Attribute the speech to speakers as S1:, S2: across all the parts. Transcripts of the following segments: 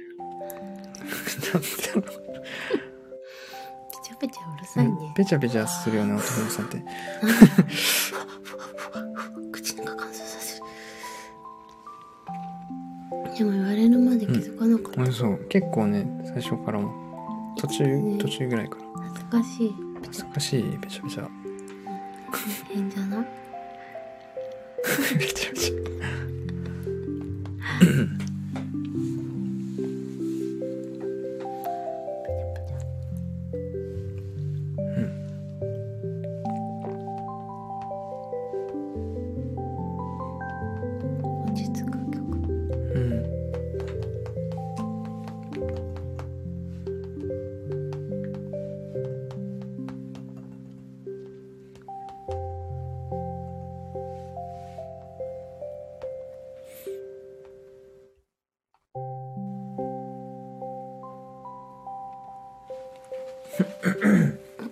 S1: なんだろ
S2: ぺちゃぺちゃうる
S1: う
S2: さい
S1: うん
S2: ね。
S1: べちゃべちゃするよね、男のさんって。
S2: 口の中乾燥させる。でも言われるまで気づかなかった。
S1: 俺そう、結構ね、最初からも。途中、途中ぐらいから。
S2: 恥ずかしい。
S1: 恥ずかしい、べちゃべちゃ。
S2: 変じゃない
S1: べちゃべちゃ。
S2: 落ち着く曲。
S1: うん。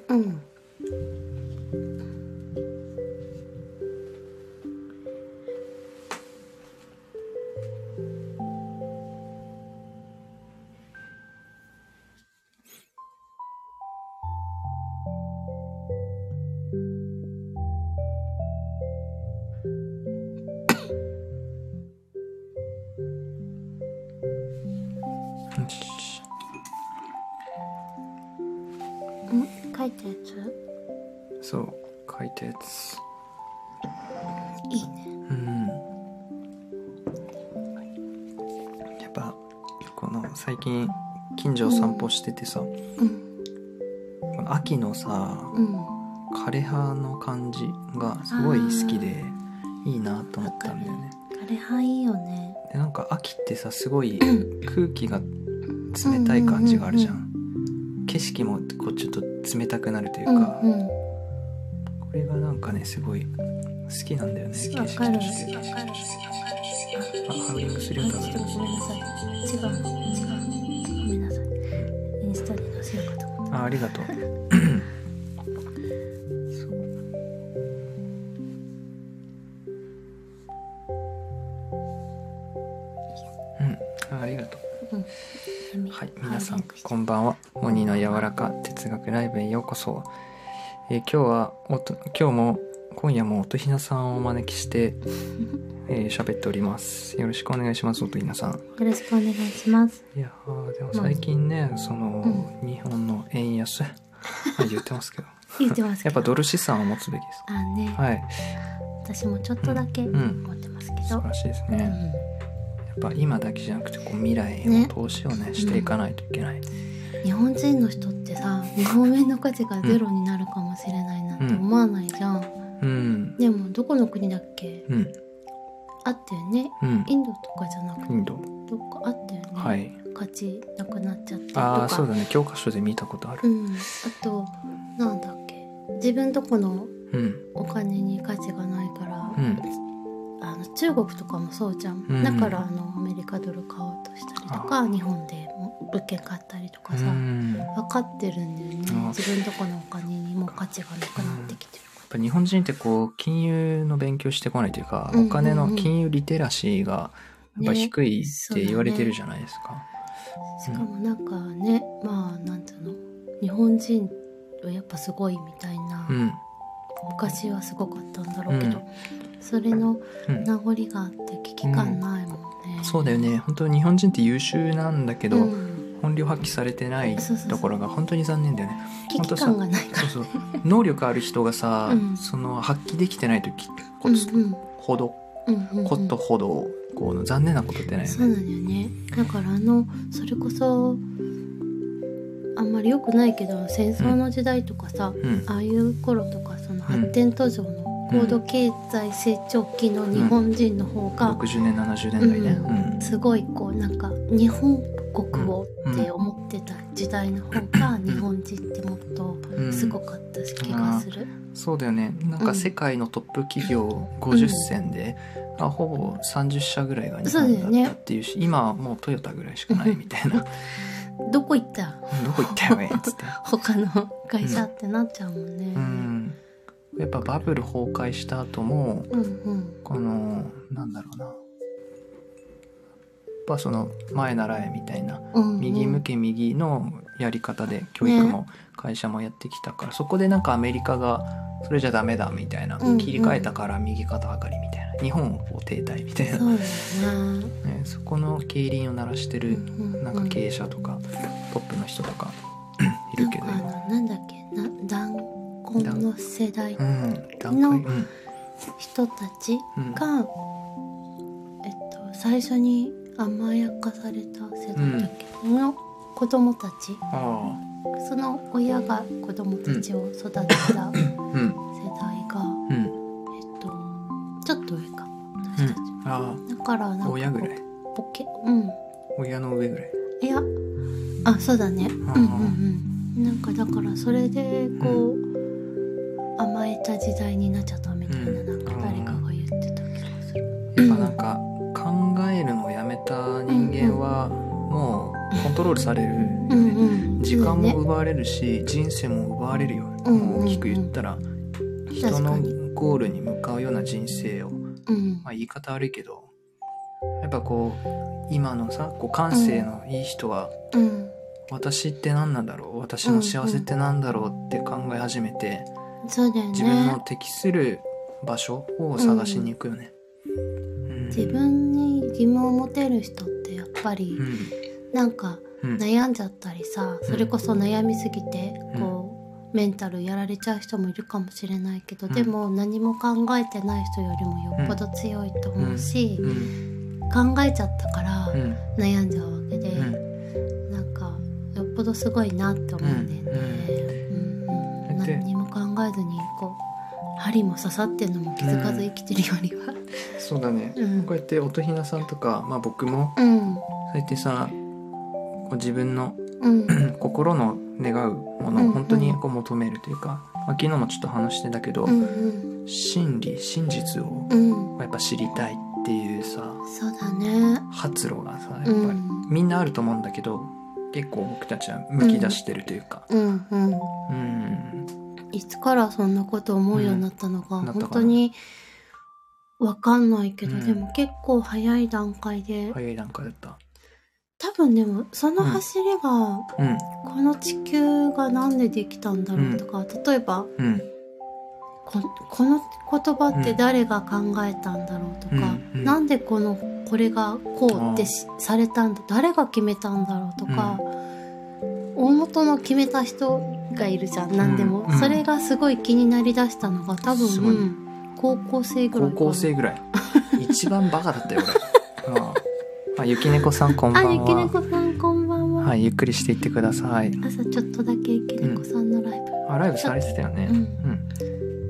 S2: うん。ん書いたやつ
S1: そう、書いたやつ。
S2: いいね。
S1: うん。やっぱ、この最近、近所を散歩しててさ、
S2: うん。
S1: この秋のさ、
S2: うん。
S1: 枯葉の感じがすごい好きで、いいなと思ったんだよね。
S2: 枯葉いいよね。
S1: で、なんか秋ってさ、すごい空気が冷たい感じがあるじゃん。景色もこうちょっと冷たくなるという
S2: うん
S1: か、
S2: うん。
S1: これがなんかね、すごい好きなんだよね、景
S2: わ
S1: 色
S2: かる。
S1: として。
S2: わかる。
S1: あ、ハウリングする
S2: あ
S1: よ、
S2: ち
S1: 多
S2: ょっ
S1: 分
S2: と。ごめんなさい。違う、違う。ごめんなさい。インスタに載せようかと思っ
S1: あありがとうそううんあありがとう
S2: た。うん。闇
S1: はい皆さん
S2: 早くして
S1: こんばんはモニの柔らか哲学ライブへようこそ、えー今日はおと今日も今夜も音ひなさんをお招き してえー喋っておりますよろしくお願いします音ひなさん
S2: よろしくお願いします。
S1: いやーでも最近ねその、日本の円 安あ言ってますけど
S2: 言ってます け
S1: やっ
S2: ど。
S1: ぱドル資産を持つべきです。
S2: あね、
S1: はい、
S2: 私もちょっとだけ
S1: ん
S2: 持ってますけ
S1: 素
S2: ど。
S1: 晴らしいです
S2: うん
S1: ね。やっぱ今だけじゃなくて、こう未来への
S2: ね
S1: 投資をね、していかないといけない。
S2: 日本人の人ってさ日本円の価値がゼロになるかもしれないなんて思わないじゃん、
S1: うん、
S2: でもどこの国だっけ
S1: うん、
S2: あったよね
S1: うん。
S2: インドとかじゃなく
S1: イ
S2: て
S1: ンド。
S2: どっかあったよね、
S1: はい。
S2: 価値なくなっちゃってと
S1: あ
S2: か
S1: あ、そうだね。教科書で見たことある。
S2: うん、あとなんだっけ自分とこの
S1: うん、
S2: お金に価値がないから
S1: う、ん。
S2: あの中国とかもそうじゃん、
S1: うん
S2: だからあのアメリカドル買おうとしたりとか日本でも物件買ったりとか
S1: う
S2: さ、
S1: ん。や
S2: 分かってるんだよ
S1: あ
S2: ね自分とこのお金にも価値がなくなってきてるか
S1: っぱ日本人ってこう金融の勉強してこないというか、
S2: うん
S1: お金の金融リテラシーがやっぱ低いって言われてるじゃないですか。
S2: らしかもなんかねまあなんていうの日本人はやっぱすごいみたいな、
S1: うん、
S2: 昔はすごかったんだろうけど、
S1: う
S2: それの
S1: うん。
S2: 名残があって危機感ないもんね、
S1: そうだよね。本当に日本人って優秀なんだけど、
S2: うん
S1: 本領発揮されてない
S2: そうそうそう
S1: ところが本当に残念だよね。
S2: 危機感がないか
S1: そ
S2: ら
S1: うそう 能力ある人がさ、
S2: うん
S1: その発揮できてない時こ
S2: うん
S1: つほど
S2: うんうんうんうん
S1: ことほどこう残念なことってないよ
S2: そ
S1: ね。
S2: うなんだよねだからあのそれこそあんまり良くないけど戦争の時代とかさ、
S1: うん
S2: ああいう頃とかその発展途上の高度経済成長期の日本人の方が
S1: 60年70年代ね。
S2: うん
S1: うん
S2: すごいこうなんか日本国をって思ってた時代の方が日本人ってもっと
S1: うん
S2: すごかった気がする。
S1: そうだよねなんか世界のトップ企業50選で、あほぼ30社ぐらいが日
S2: そうだよ
S1: 本
S2: ね
S1: だったっていうし今はもうトヨタぐらいしかないみたい な
S2: どこ行った
S1: どこ行ったよねっつって。
S2: 他の会社ってなっちゃうもんね。
S1: うん、やっぱバブル崩壊した後も
S2: うんうん
S1: このなんだろうなぱその前習えみたいな
S2: うんうん
S1: 右向け右のやり方で教育も会社もやってきたから、そこでなんかアメリカがそれじゃダメだみたいな、
S2: うんうん
S1: 切り替えたから右肩上がりみたいな日本をこう停滞みたいな
S2: そ,、
S1: そう
S2: だね、
S1: ね、そこの競輪を鳴らしてる
S2: うんう
S1: なんか経営者とかポップの人とかいるけど、
S2: なんかあのなんだっけな断婚の世代
S1: うん、段階、う
S2: の
S1: ん
S2: 人たち
S1: うん、
S2: が、えっと、最初に甘やかされた世代だっけ、の子供たち
S1: ああ
S2: その親が子供たちを育てた世代
S1: うん
S2: が、
S1: うん
S2: えっと、ちょっと上か
S1: う
S2: 私たち、
S1: んあ
S2: だからなん
S1: あ
S2: か
S1: 親ぐらい
S2: ポケうん
S1: 親の上ぐらい
S2: いやあそうだねうん
S1: あー
S2: うんうんなんかだからそれでこう、甘えた時代になっちゃったみたいな
S1: うん
S2: なんか誰かが言ってた気がする
S1: やっぱなんか考えるのをやめた人間はもうコントロールされるよ
S2: うん
S1: ね
S2: うん
S1: 時間も
S2: そう
S1: 奪われるし人生も奪われるよ
S2: うんうんうん
S1: 大きく言ったら人の
S2: 確かに
S1: ゴールに向かうような人生を
S2: だね
S1: まあ言い方悪いけどやっぱこう今のさこう感性のいい人は
S2: うんうん
S1: 私って何なんだろう私の幸せって何だろうって考え始めて
S2: そうだよね
S1: 自分の適する場所を探しに行くよね。うん
S2: 自分に疑問を持てる人ってやっぱり
S1: うん
S2: なんか
S1: うん
S2: 悩んじゃったりさそれこそ悩みすぎて
S1: うん
S2: こうメンタルやられちゃう人もいるかもしれないけど
S1: うん
S2: でも何も考えてない人よりもよっぽど強いと思うし
S1: うん
S2: 考えちゃったから
S1: うん
S2: 悩んじゃうわけで
S1: うん
S2: なんかよっぽどすごいなって思うんだよね。うんうん
S1: だって
S2: 何も考えずにこう針も刺さってんのも気づかず生きてるよりは。
S1: そうだね、
S2: うん
S1: こうやって音ひなさんとか、まあ、僕も
S2: うん
S1: 最近さこう自分の
S2: うん
S1: うん心の願うも
S2: うん
S1: の
S2: う
S1: を
S2: ん
S1: 本当にこう求めるというか、まあ、昨日もちょっと話してたけど、
S2: うんうん
S1: 真理真実を
S2: うん
S1: やっぱ知りたいっていうさ
S2: そうだね。
S1: 発露がさやっぱ
S2: う
S1: り、
S2: ん
S1: みんなあると思うんだけど結構僕たちはむき出してるというか、
S2: うんうん。
S1: うん
S2: いつからそんなこと思うようになったのか、
S1: うんなったかな
S2: 本当にわかんないけど、
S1: うん
S2: でも結構早い段階で、
S1: 早い段階だった。
S2: 多分でもその走りが、
S1: うん
S2: この地球がなんでできたんだろうとか、例えば
S1: うん
S2: ここの言葉って誰が考えたんだろうと
S1: う
S2: か、
S1: んうん
S2: なんでこのこれがこうってしされたんだ誰が決めたんだろうとか、大元の決めた人がいるじゃん何でも、
S1: うんうん
S2: それがすごい気になりだしたのが多
S1: すごい
S2: 分高校生ぐらい
S1: 高
S2: かな
S1: 校生ぐ らい一番バカだったよ俺、うんまあ、ゆきねこさんこんばんは
S2: あゆきねこさんこんばんは、
S1: はい、ゆっくりしていってください。
S2: 朝ちょっとだけゆきねこさんのライ
S1: あ、ライブされてたよね。
S2: うん
S1: うん。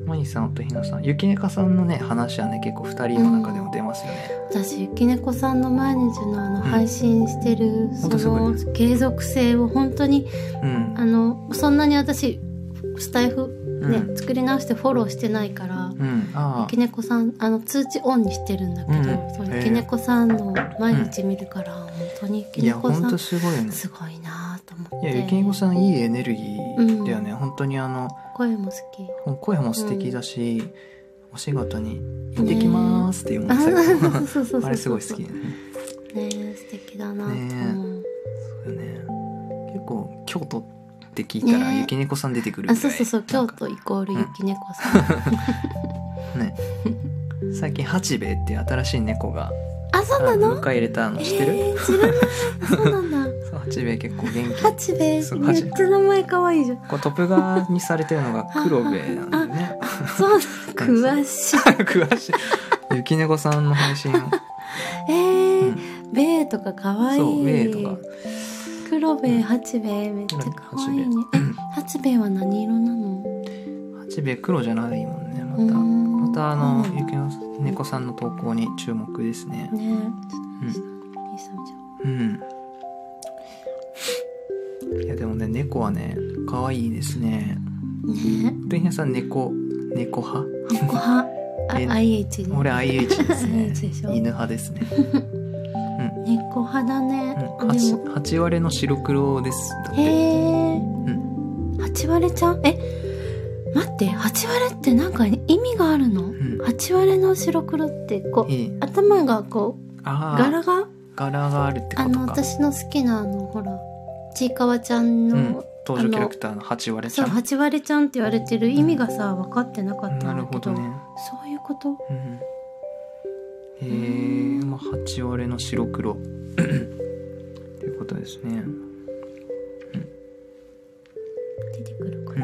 S1: マニさんとひなさん、ゆきねかさんのね、話はね、結構二人の中でも出ますよね。
S2: ブ、私ゆきねこさんの毎日のあの配信してる、
S1: ほんとす
S2: そ
S1: ごい
S2: の
S1: ね
S2: 継続性を本当に
S1: うん。
S2: あのそんなに私スタイフ
S1: うん
S2: ね、作り直してフォローしてないから
S1: うん、あ
S2: ゆきねこさんあの通知オンにしてるんだけど、
S1: うん
S2: そう
S1: へえ
S2: ゆきねこさんの毎日見るから、本当にゆ
S1: あ。
S2: き
S1: い
S2: ね
S1: や、
S2: こ
S1: ほ
S2: さ
S1: んと
S2: ん
S1: すごいよね。
S2: すごいなと思っ
S1: い
S2: て
S1: や、ゆきねこさん、いいエネルギーだよね。
S2: うん
S1: 本当に、あの、
S2: 声も好き
S1: 声も素敵だし、お仕事に。行ってきますっていうもん最
S2: あ
S1: 後
S2: そうそうそうそう
S1: あれすごい好きだね。
S2: ねえ素敵だなと思う、
S1: そうよね。結構、京都って聞いたら、
S2: ね
S1: ゆきねこさん出てくるぐらい。
S2: あそうそうそう
S1: な
S2: 京
S1: んか
S2: 都イコールゆきねこさ ん、
S1: ね最近八兵衛っていう新しい猫が
S2: あそうな
S1: あ迎
S2: の
S1: え入れたの知ってる、
S2: えー、知らないそうなんだ
S1: そう八兵衛結構元気
S2: 八兵衛
S1: そう
S2: め
S1: 八兵衛
S2: っちゃ名前可愛いじゃん
S1: こうトップ側にされてる のが黒兵衛なんだよね
S2: そ うなんだ詳しい
S1: 詳しい雪猫さんの配 信を、
S2: え
S1: う
S2: ー
S1: ん、
S2: ベイとか可愛い
S1: そう兵衛とか
S2: 黒ベイ八兵衛めっちゃ可愛いね
S1: う
S2: え
S1: ん
S2: 八兵衛は何色なの
S1: 八兵衛黒じゃないもんねまた、ま
S2: ま
S1: たあの
S2: ね
S1: 雪猫さんの投稿に注目ですね
S2: えち
S1: う
S2: ょっと
S1: ん
S2: 下の見せちゃお
S1: う
S2: う
S1: んいやでもね猫はね可愛いですね
S2: ね
S1: で皆さん猫猫派
S2: え猫派あ
S1: え
S2: IH で
S1: 俺 IH です
S2: IH で
S1: ね
S2: しょ
S1: 犬派ですね
S2: 猫派だね
S1: うん
S2: で
S1: 八
S2: も
S1: 八割れの白黒ですだって、
S2: へえ
S1: ん
S2: 八割れちゃんえ待って八割れってなんか意味があるの
S1: うん
S2: 八割れの白黒ってこう
S1: いい
S2: 頭がこう
S1: ああ
S2: 柄が
S1: 柄があるってこ
S2: あ
S1: と
S2: の
S1: か
S2: 私の好きなあのほらちいかわちゃんの、
S1: うん、登場キャラクターの8割ち
S2: そ
S1: ゃ
S2: うん八割ちゃんって言われてる意味がさ分かってなかった
S1: なん
S2: だ
S1: る
S2: け
S1: ほ
S2: ど
S1: どね
S2: そういうこと
S1: うんへえまあ8割の白黒 っていうことですね
S2: 出てくるか
S1: う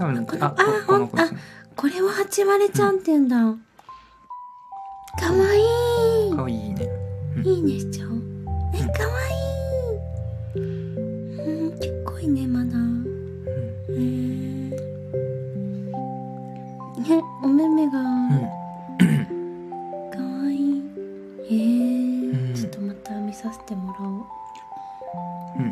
S2: ら、
S1: ん多分
S2: この
S1: あこ
S2: あ
S1: この子ですね
S2: これは八割ちゃんって言うんだ、かわいい
S1: かわいいね
S2: いいねしちゃおうえかわいいうん結構いいねまだ
S1: うん
S2: へーえお目目が、かわいいへえ、
S1: うん
S2: ちょっとまた見させてもらお
S1: うんう
S2: う
S1: ん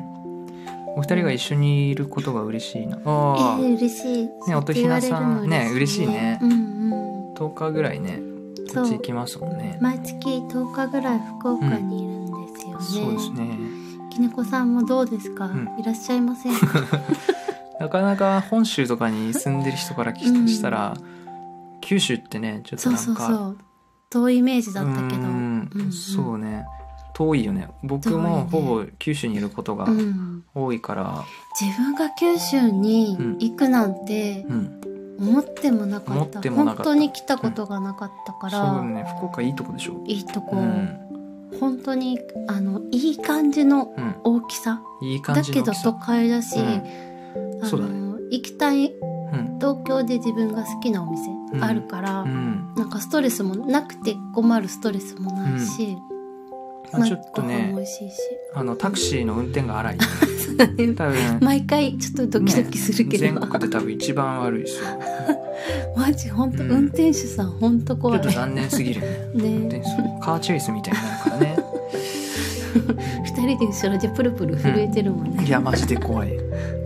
S1: お二人が一緒にいることが嬉しいなああ、
S2: えー、嬉しいそうやって言われるの嬉し
S1: ねおひなさんね嬉しい
S2: い
S1: ね
S2: うんうん
S1: 10日ぐらいねこっ
S2: そ
S1: ち
S2: う
S1: 行きますもんね
S2: 毎月10日ぐらい福岡にいるんですよね、
S1: そうですね
S2: きねこさんもどうですか、
S1: うん
S2: いらっしゃいま せんか
S1: なかなか本州とかに住んでる人から聞
S2: うん
S1: きしたら、九州ってねちょっと
S2: そ
S1: なん
S2: う
S1: か
S2: そうそう遠いイメージだったけど
S1: う
S2: うん
S1: ん、
S2: うん
S1: そうね遠いよね僕
S2: 遠い
S1: も
S2: ね
S1: ほぼ九州にいることが
S2: うん
S1: 多いから、
S2: 自分が九州に行くなんて
S1: うん
S2: 思ってもなかった,、
S1: 思ってもなかった
S2: 本当に来たことがなかったから、
S1: そうね福岡いいとこでしょ
S2: いいとこ、
S1: うん、
S2: 本当にあのいい感じの
S1: うん、
S2: 大きさ
S1: いい感
S2: だ
S1: じ
S2: け
S1: の
S2: ど
S1: 大きさ
S2: 都会だし、あの
S1: そうだ
S2: 行きたい
S1: うん
S2: 東京で自分が好きなお店
S1: ん
S2: あるから、
S1: うん
S2: なんかストレスもなくて困るストレスもないし、
S1: あ
S2: まあ
S1: ちょっと
S2: ご飯も
S1: ね
S2: 美味しいし
S1: あのタクシーの運転が 荒い多分
S2: 毎回ちょっとドキドキするけど、
S1: 全国で多分一番悪いですよ
S2: マジ本当、
S1: うん
S2: 運転手さん本当
S1: ちょ
S2: 怖
S1: っ
S2: い
S1: と残念す ぎるね運転手
S2: ね
S1: さんカーチェイスみたいになるから ね
S2: 二人で後ろでプルプル震えてるもんね、
S1: いやマジで怖い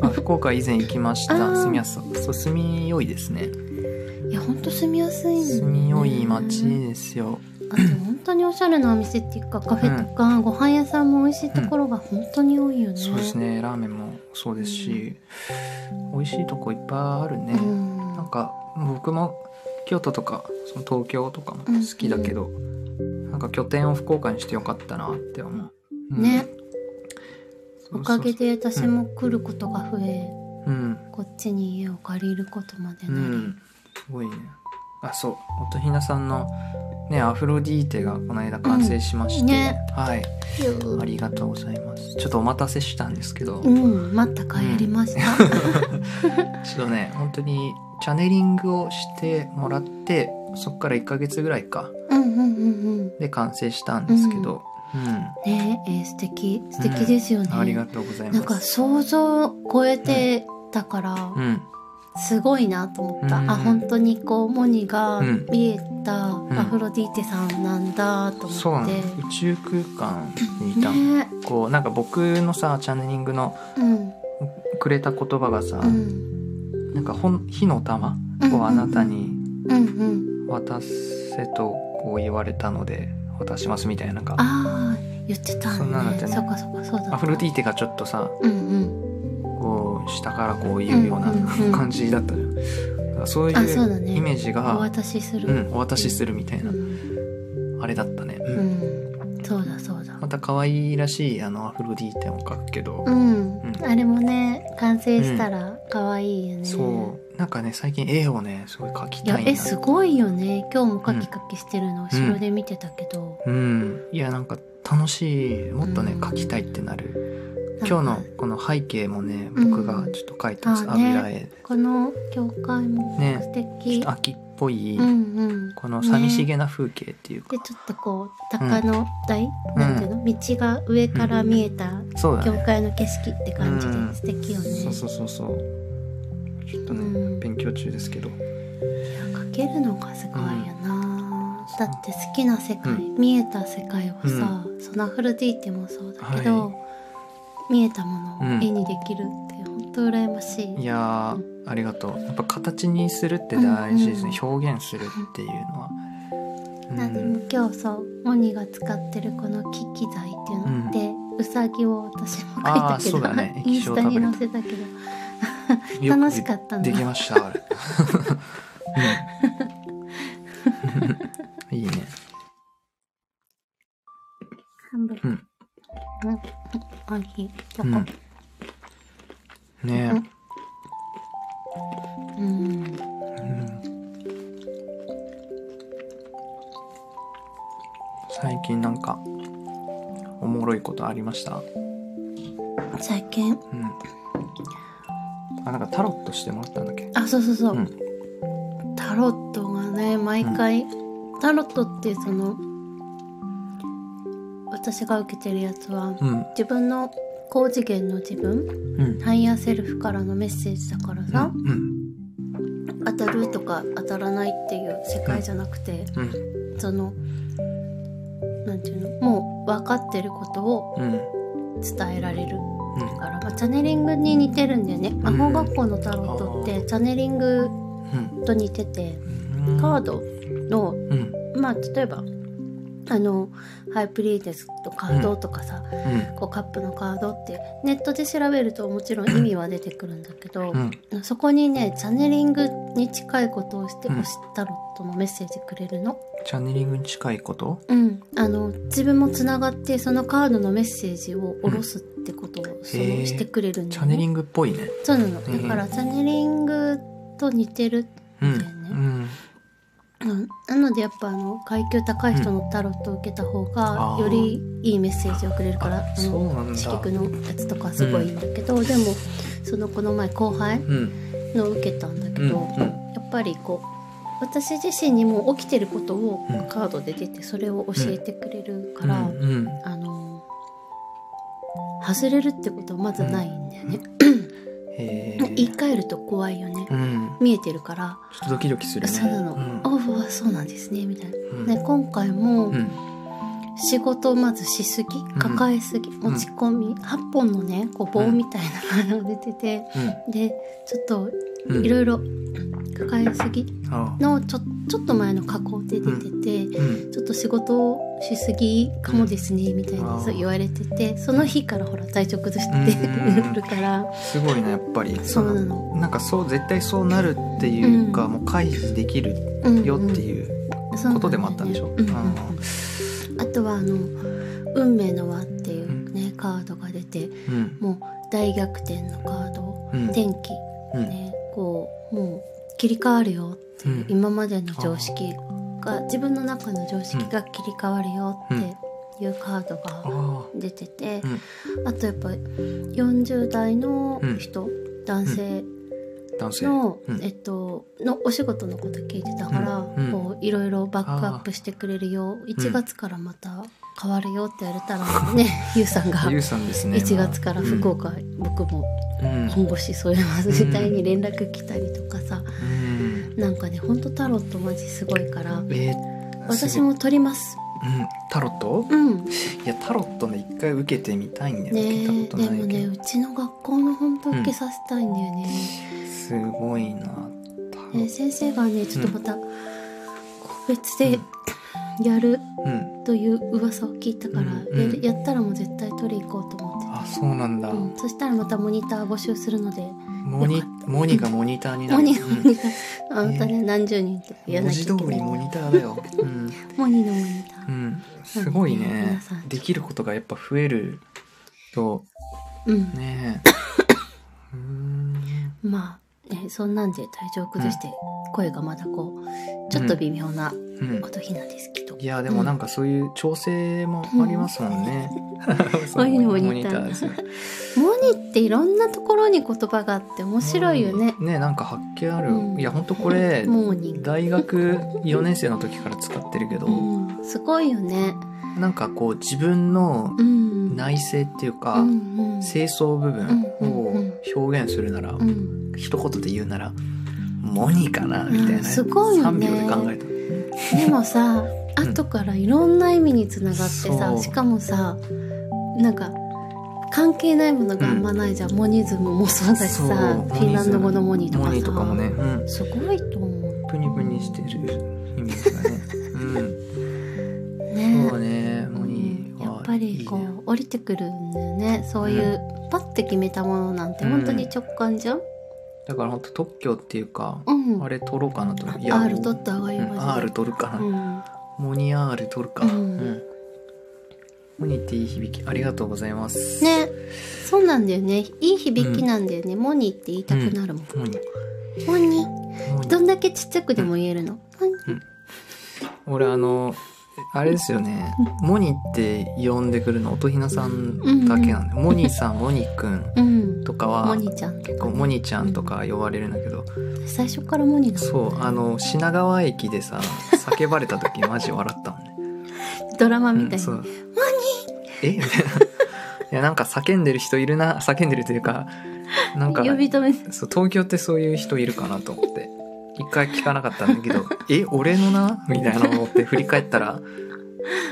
S1: あ福岡以前行きまし
S2: あ
S1: た
S2: ー
S1: 住みやすさそう住みよいですね
S2: いや本当住みやすいんだよね
S1: 住みよい街ですよ
S2: あと本当におしゃれなお店っていうかカフェとか、ご飯屋さんも美味しいところが本当に多いよね、
S1: そうですねラーメンもそうですし美味しいとこいっぱいあるね、
S2: うん
S1: なんか僕も京都とかその東京とかも好きだけど、なんか拠点を福岡にしてよかったなって思う、うん
S2: ね
S1: そうそうそ
S2: お
S1: う
S2: かげで私も来ることが増え、
S1: うん
S2: こっちに家を借りることまで
S1: う
S2: なり、
S1: んすごいねあそう音ひなさんのねアフロディーテがこの間完成しまして、
S2: うんね
S1: はい
S2: よ
S1: ありがとうございますちょっとお待たせしたんですけど、
S2: う
S1: ちょ
S2: ん、また帰りました。
S1: っとね本当にチャネリングをしてもらってそっから1ヶ月ぐらいか
S2: うん、うん、うん、うん。
S1: で完成したんですけど、うん
S2: ねえ、えー素敵、素敵ですよね。
S1: ありがとうございます
S2: なんか想像を超えてたから
S1: う、ん
S2: すごいなと思った。
S1: うん
S2: あ、本当にこう、モニが
S1: うん
S2: 見えたアフロディーテさんなんだと
S1: そう
S2: 思
S1: な
S2: っ
S1: の
S2: て。
S1: 宇宙空間にいたの、
S2: ね
S1: こうなんか僕のさチャネリングの
S2: え、うん、
S1: くれた言葉がさ、
S2: うん。
S1: なんかほん火の玉をあなたに
S2: うん、うん。
S1: 渡せとこう言われたので渡しますみたいななんか
S2: ああ、言ってた
S1: そんなのっ
S2: ね。
S1: てね
S2: そうか、そうか、そうだった。
S1: アフロディーテがちょっとさ
S2: うん、うん。
S1: こう下からこう言うような
S2: うんうんうん
S1: 感じだったじゃんだからそうい
S2: あそうだ
S1: う
S2: ね
S1: イメージ
S2: お
S1: が
S2: 渡しす
S1: う
S2: る、
S1: んお渡しするみたいうなんあれだったね、うん
S2: うん、そうだそうだ
S1: また可愛いらしいあのアフロディーテを書くけど
S2: う、ん、
S1: うん
S2: あれもね完成したら可愛いよね、
S1: そうなんかね最近絵をねすごい描き
S2: や
S1: たいな
S2: 絵すごいよね今日もカキカキしてるの後ろで見てたけど、
S1: うんいやなんか楽しいもっとね
S2: うん
S1: 描きたいってなる、
S2: なんか
S1: 今日のこの背景もね
S2: うん
S1: 僕がちょっと描いてます、
S2: あね
S1: 油絵
S2: この教会も
S1: ね
S2: 素
S1: ちょ
S2: 敵、
S1: っと秋っぽい、
S2: うんうん
S1: この寂し
S2: ね
S1: げな風景っていうか、
S2: でちょっとこう鷹の台、
S1: ん
S2: なんていうの道が上から見えた
S1: そうだ
S2: 教
S1: ね
S2: 会の景色って感じで
S1: うん
S2: 素敵よね、
S1: そうそうそうそうちょっとね、
S2: うん
S1: 勉強中ですけど
S2: かけるのがすごいよな、
S1: うん
S2: だって好きな世界、
S1: う
S2: 見えた世界をさ、そのアフロディーテもそうだけど、
S1: は
S2: 見えたものを
S1: うん
S2: 絵にできるって本当羨ましい、
S1: いやーありがとうやっぱ形にするって大事ですね、表現するっていうのは、うん
S2: なんでも今日そうモニが使ってるこの木機材っていうのって、うさぎを私も描いた
S1: あー
S2: け
S1: そう、
S2: ど
S1: だね
S2: インスタに載せたけど
S1: よく
S2: 楽しかったな
S1: できましたあれ、 うんいいね
S2: 半分
S1: うん
S2: あいだ
S1: う
S2: から
S1: んね
S2: う
S1: え、う
S2: ん
S1: ん、最近なんかおもろいことありました
S2: 最近
S1: うんあなんかタロットしてもらったんだっけ
S2: あそうそうそう、
S1: うん
S2: タロットがね毎回、タロットってその私が受けてるやつは
S1: うん
S2: 自分の高次元の自分
S1: うん
S2: ハイヤーセルフからのメッセージだからさ、
S1: うん
S2: 当たるとか当たらないっていう世界じゃなくて、
S1: うん
S2: そのなんていうのもう分かってることを
S1: うんうん
S2: 伝えられるから、まあ、チャネリングに似てるんだよね魔法学校のタロットってチャネリング
S1: うん
S2: と似てて
S1: うん
S2: カードの
S1: うん
S2: まあ例えばあのハイプリーテストカードとかさ、
S1: うん
S2: こうカップのカードってネットで調べるともちろん意味は出てくるんだけど
S1: う、ん
S2: そこにねチャネリングに近いことをして、
S1: うん
S2: 推しタロットのメッセージくれるの。
S1: チャネリングに近いこと
S2: うん、あの自分もつながってそのカードのメッセージを下ろすってことを、その
S1: へー
S2: してくれるんだ
S1: チ
S2: よ
S1: ャネリ
S2: ね。
S1: ングっぽいね
S2: そうなの
S1: うん
S2: だからチャネリングと似てる、
S1: うん
S2: そうだよね
S1: うん
S2: うん、なのでやっぱあの階級高い人のタロットを受けた方
S1: うんあ
S2: が
S1: ー
S2: よりいいメッセージをくれるから
S1: あ
S2: あの
S1: そうなん
S2: 四
S1: だ
S2: 菊のやつとかすごいいいんだけど、でもそのこの前後輩
S1: うん
S2: のを受けたんだ
S1: う
S2: け
S1: ん
S2: ど、
S1: うん
S2: やっぱりこう私自身にも起きてることを
S1: うん
S2: カードで出てそれを教えてくれるから、
S1: うんうん
S2: あの外れるってことはまずないんだよね、
S1: へ
S2: もう言い
S1: え
S2: 換えると怖いよね、
S1: うん
S2: 見えてるから、
S1: ちょっとドキドキするね
S2: そうなの、
S1: うん
S2: オフはそうなんですねみたいな、
S1: うん
S2: ね今回も、
S1: うん
S2: 仕事をまずしすぎ抱えすぎ、持ち込み、8本のねこう棒みたいなのが出てて、でちょっと
S1: うんうん
S2: いろいろ抱えすぎ
S1: あ
S2: のちょちょっと前の加工で出てて、
S1: あうん
S2: ちょっと仕事をしすぎかもですね、みたい
S1: あ
S2: に
S1: ー
S2: そう言われててその日からほら体調崩して
S1: うん
S2: るから、
S1: すごいなやっぱり
S2: そうなの
S1: のなんかそう絶対そうなるっていうか
S2: うん
S1: もう回避できる
S2: うんうん
S1: よっていう
S2: そうなんだよね
S1: ことでもあったんでしょ
S2: うんうんうんあとはあの「運命の輪」っていうね、カードが出て
S1: うん
S2: もう大逆転のカード
S1: うん
S2: 天気
S1: うん
S2: ね、こうもう切り替わるよっていう、
S1: うん
S2: 今までの常識が自分の中の常識が切り替わるよっていうカード
S1: あ
S2: が
S1: あ
S2: 出てて、
S1: うん
S2: あとやっぱ40代の人、男性
S1: 男性
S2: の、
S1: うん
S2: えっと、のお仕事のこと聞いてたから、
S1: うんうん
S2: こういろいろバックアップしてくれるよ1月からまた変わるよって言われたらね、 ゆうさんが
S1: ゆうさんですね
S2: 1月から福岡、僕も
S1: うん
S2: 本腰添えますみたいに連絡来たりとかさ、
S1: うん
S2: なんかねほんとタロットマジすごいから
S1: えー
S2: 私も取ります
S1: うんタロット
S2: うんね
S1: いやタロットね一回受けてみたいんだよね聞い
S2: え
S1: たこと
S2: で
S1: な
S2: も
S1: い
S2: ね
S1: け
S2: うちの学校の本当受けさせたいんだよね,、
S1: どすごいなタロ
S2: ね
S1: ッ
S2: 先生がねちょっとまた個別でやる
S1: トうん
S2: という噂を聞いたから、
S1: うん
S2: や
S1: うん
S2: るやったらもう絶対取り行こうと思って
S1: あそうなんだ
S2: て、うんそしたらまたモニター募集するので
S1: モニモニがモニターにな
S2: モ
S1: る
S2: ニモニターあ
S1: うん
S2: なたね何十人って
S1: うん
S2: やら
S1: 文
S2: なきゃい
S1: 字
S2: け
S1: 通
S2: な
S1: り
S2: い
S1: モニターだようん
S2: モニのモニター
S1: うん、すごいね
S2: 皆さん
S1: できることがやっぱ増えると
S2: うん
S1: ね うーん
S2: まあ、ね、そんなんで体調を崩して声がまだこうちょっと微妙な
S1: うん
S2: 音ひなんですけど、
S1: いやでもなんかそういう調整もありますもんね、 そう
S2: モニター
S1: ですよ
S2: モニっていろんなところに言葉があって面白いよね、
S1: ねなんか発見ある、
S2: うん
S1: いやほんとこれ
S2: モーニング、
S1: 大学4年生の時から使ってるけど、
S2: うん、すごいよね
S1: なんかこう自分の
S2: うん
S1: 内省っていうか、
S2: うんうん
S1: 清掃部分
S2: うんうん
S1: を表現するなら、
S2: うん
S1: 一言で言うなら「モニかな」みたいな、
S2: うんすごいね
S1: 3秒で考えた
S2: でもさ
S1: ん
S2: 後からいろんな意味につながってさ、
S1: そう
S2: しかもさなんか関係ないものがあんまないじゃん、モニズムもそうだしさ
S1: そう
S2: フィンランド語のモニとか
S1: モ
S2: さ
S1: ニとかもね、うん、
S2: すごいと思う
S1: プニプニしてる意味ですかね、うん、
S2: ね
S1: そうねモニは
S2: やっぱりこう
S1: いいね
S2: 降りてくるんだよねそういう、パッて決めたものなんて本当に直感じゃん、
S1: だから本当特許っていうか、
S2: うん
S1: あれ取ろうかなとい
S2: R 取った方がいい
S1: うん
S2: マジで
S1: R 取るかな、
S2: うん
S1: モニ R 取るか、
S2: う
S1: うんんコニティ響きありがとうございます
S2: ねそうなんだよねいい響きなんだよね、モニーって言いたくなるもん、
S1: モニ
S2: モニー
S1: モニ
S2: どんだけちっちゃくでも言えるの、モニー
S1: 俺あのあれですよねモニって呼んでくるの音ひなさんだけなんで、モニさんモニくん
S2: うん
S1: とか
S2: モ
S1: は
S2: ニーちゃん
S1: 結構モニちゃんとか呼ばれるんだけど
S2: 最初からモニーなの
S1: そうあの品川駅でさ叫ばれた 時マジ笑ったもんね、
S2: ドラマみ
S1: う
S2: たい
S1: ん、
S2: に、
S1: そうえ みたいないやなんか叫んでる人いるな叫んでるというかなんか
S2: 呼び止め
S1: そう東京ってそういう人いるかなと思って一回聞かなかったんだけど「え俺のな?」みたいなのを思って振り返ったら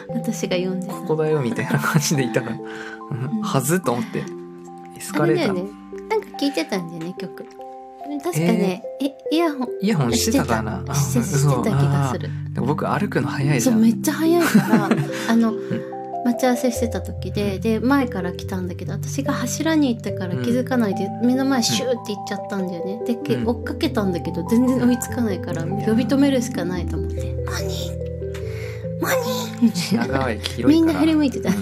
S2: 私が呼ん
S1: 「
S2: でた
S1: ここだよ」みたいな感じでいたからうんはずと思ってエス
S2: あ
S1: カレ
S2: れ
S1: ー
S2: だ
S1: タ
S2: よ
S1: ー、
S2: ねなんか聞いてたんだよね曲確かね、えイヤホン
S1: イヤホンしてたかな
S2: してたしてた気がす
S1: る
S2: る
S1: 僕歩くの早いじ
S2: そ
S1: ゃ
S2: うんめっちゃ早いから あの、
S1: ん
S2: 待ち合わせしてた時でで前から来たんだけど私が柱に行ったから気づかないで、目の前シューって行っちゃったんだよねで、け
S1: うん
S2: 追っかけたんだけど全然追いつかないから
S1: うん
S2: 呼び止めるしかないと思って「マニーマニ
S1: 品
S2: ー!
S1: 川駅」広
S2: み
S1: い
S2: ん
S1: か
S2: な
S1: ら
S2: 振り向いてた
S1: うん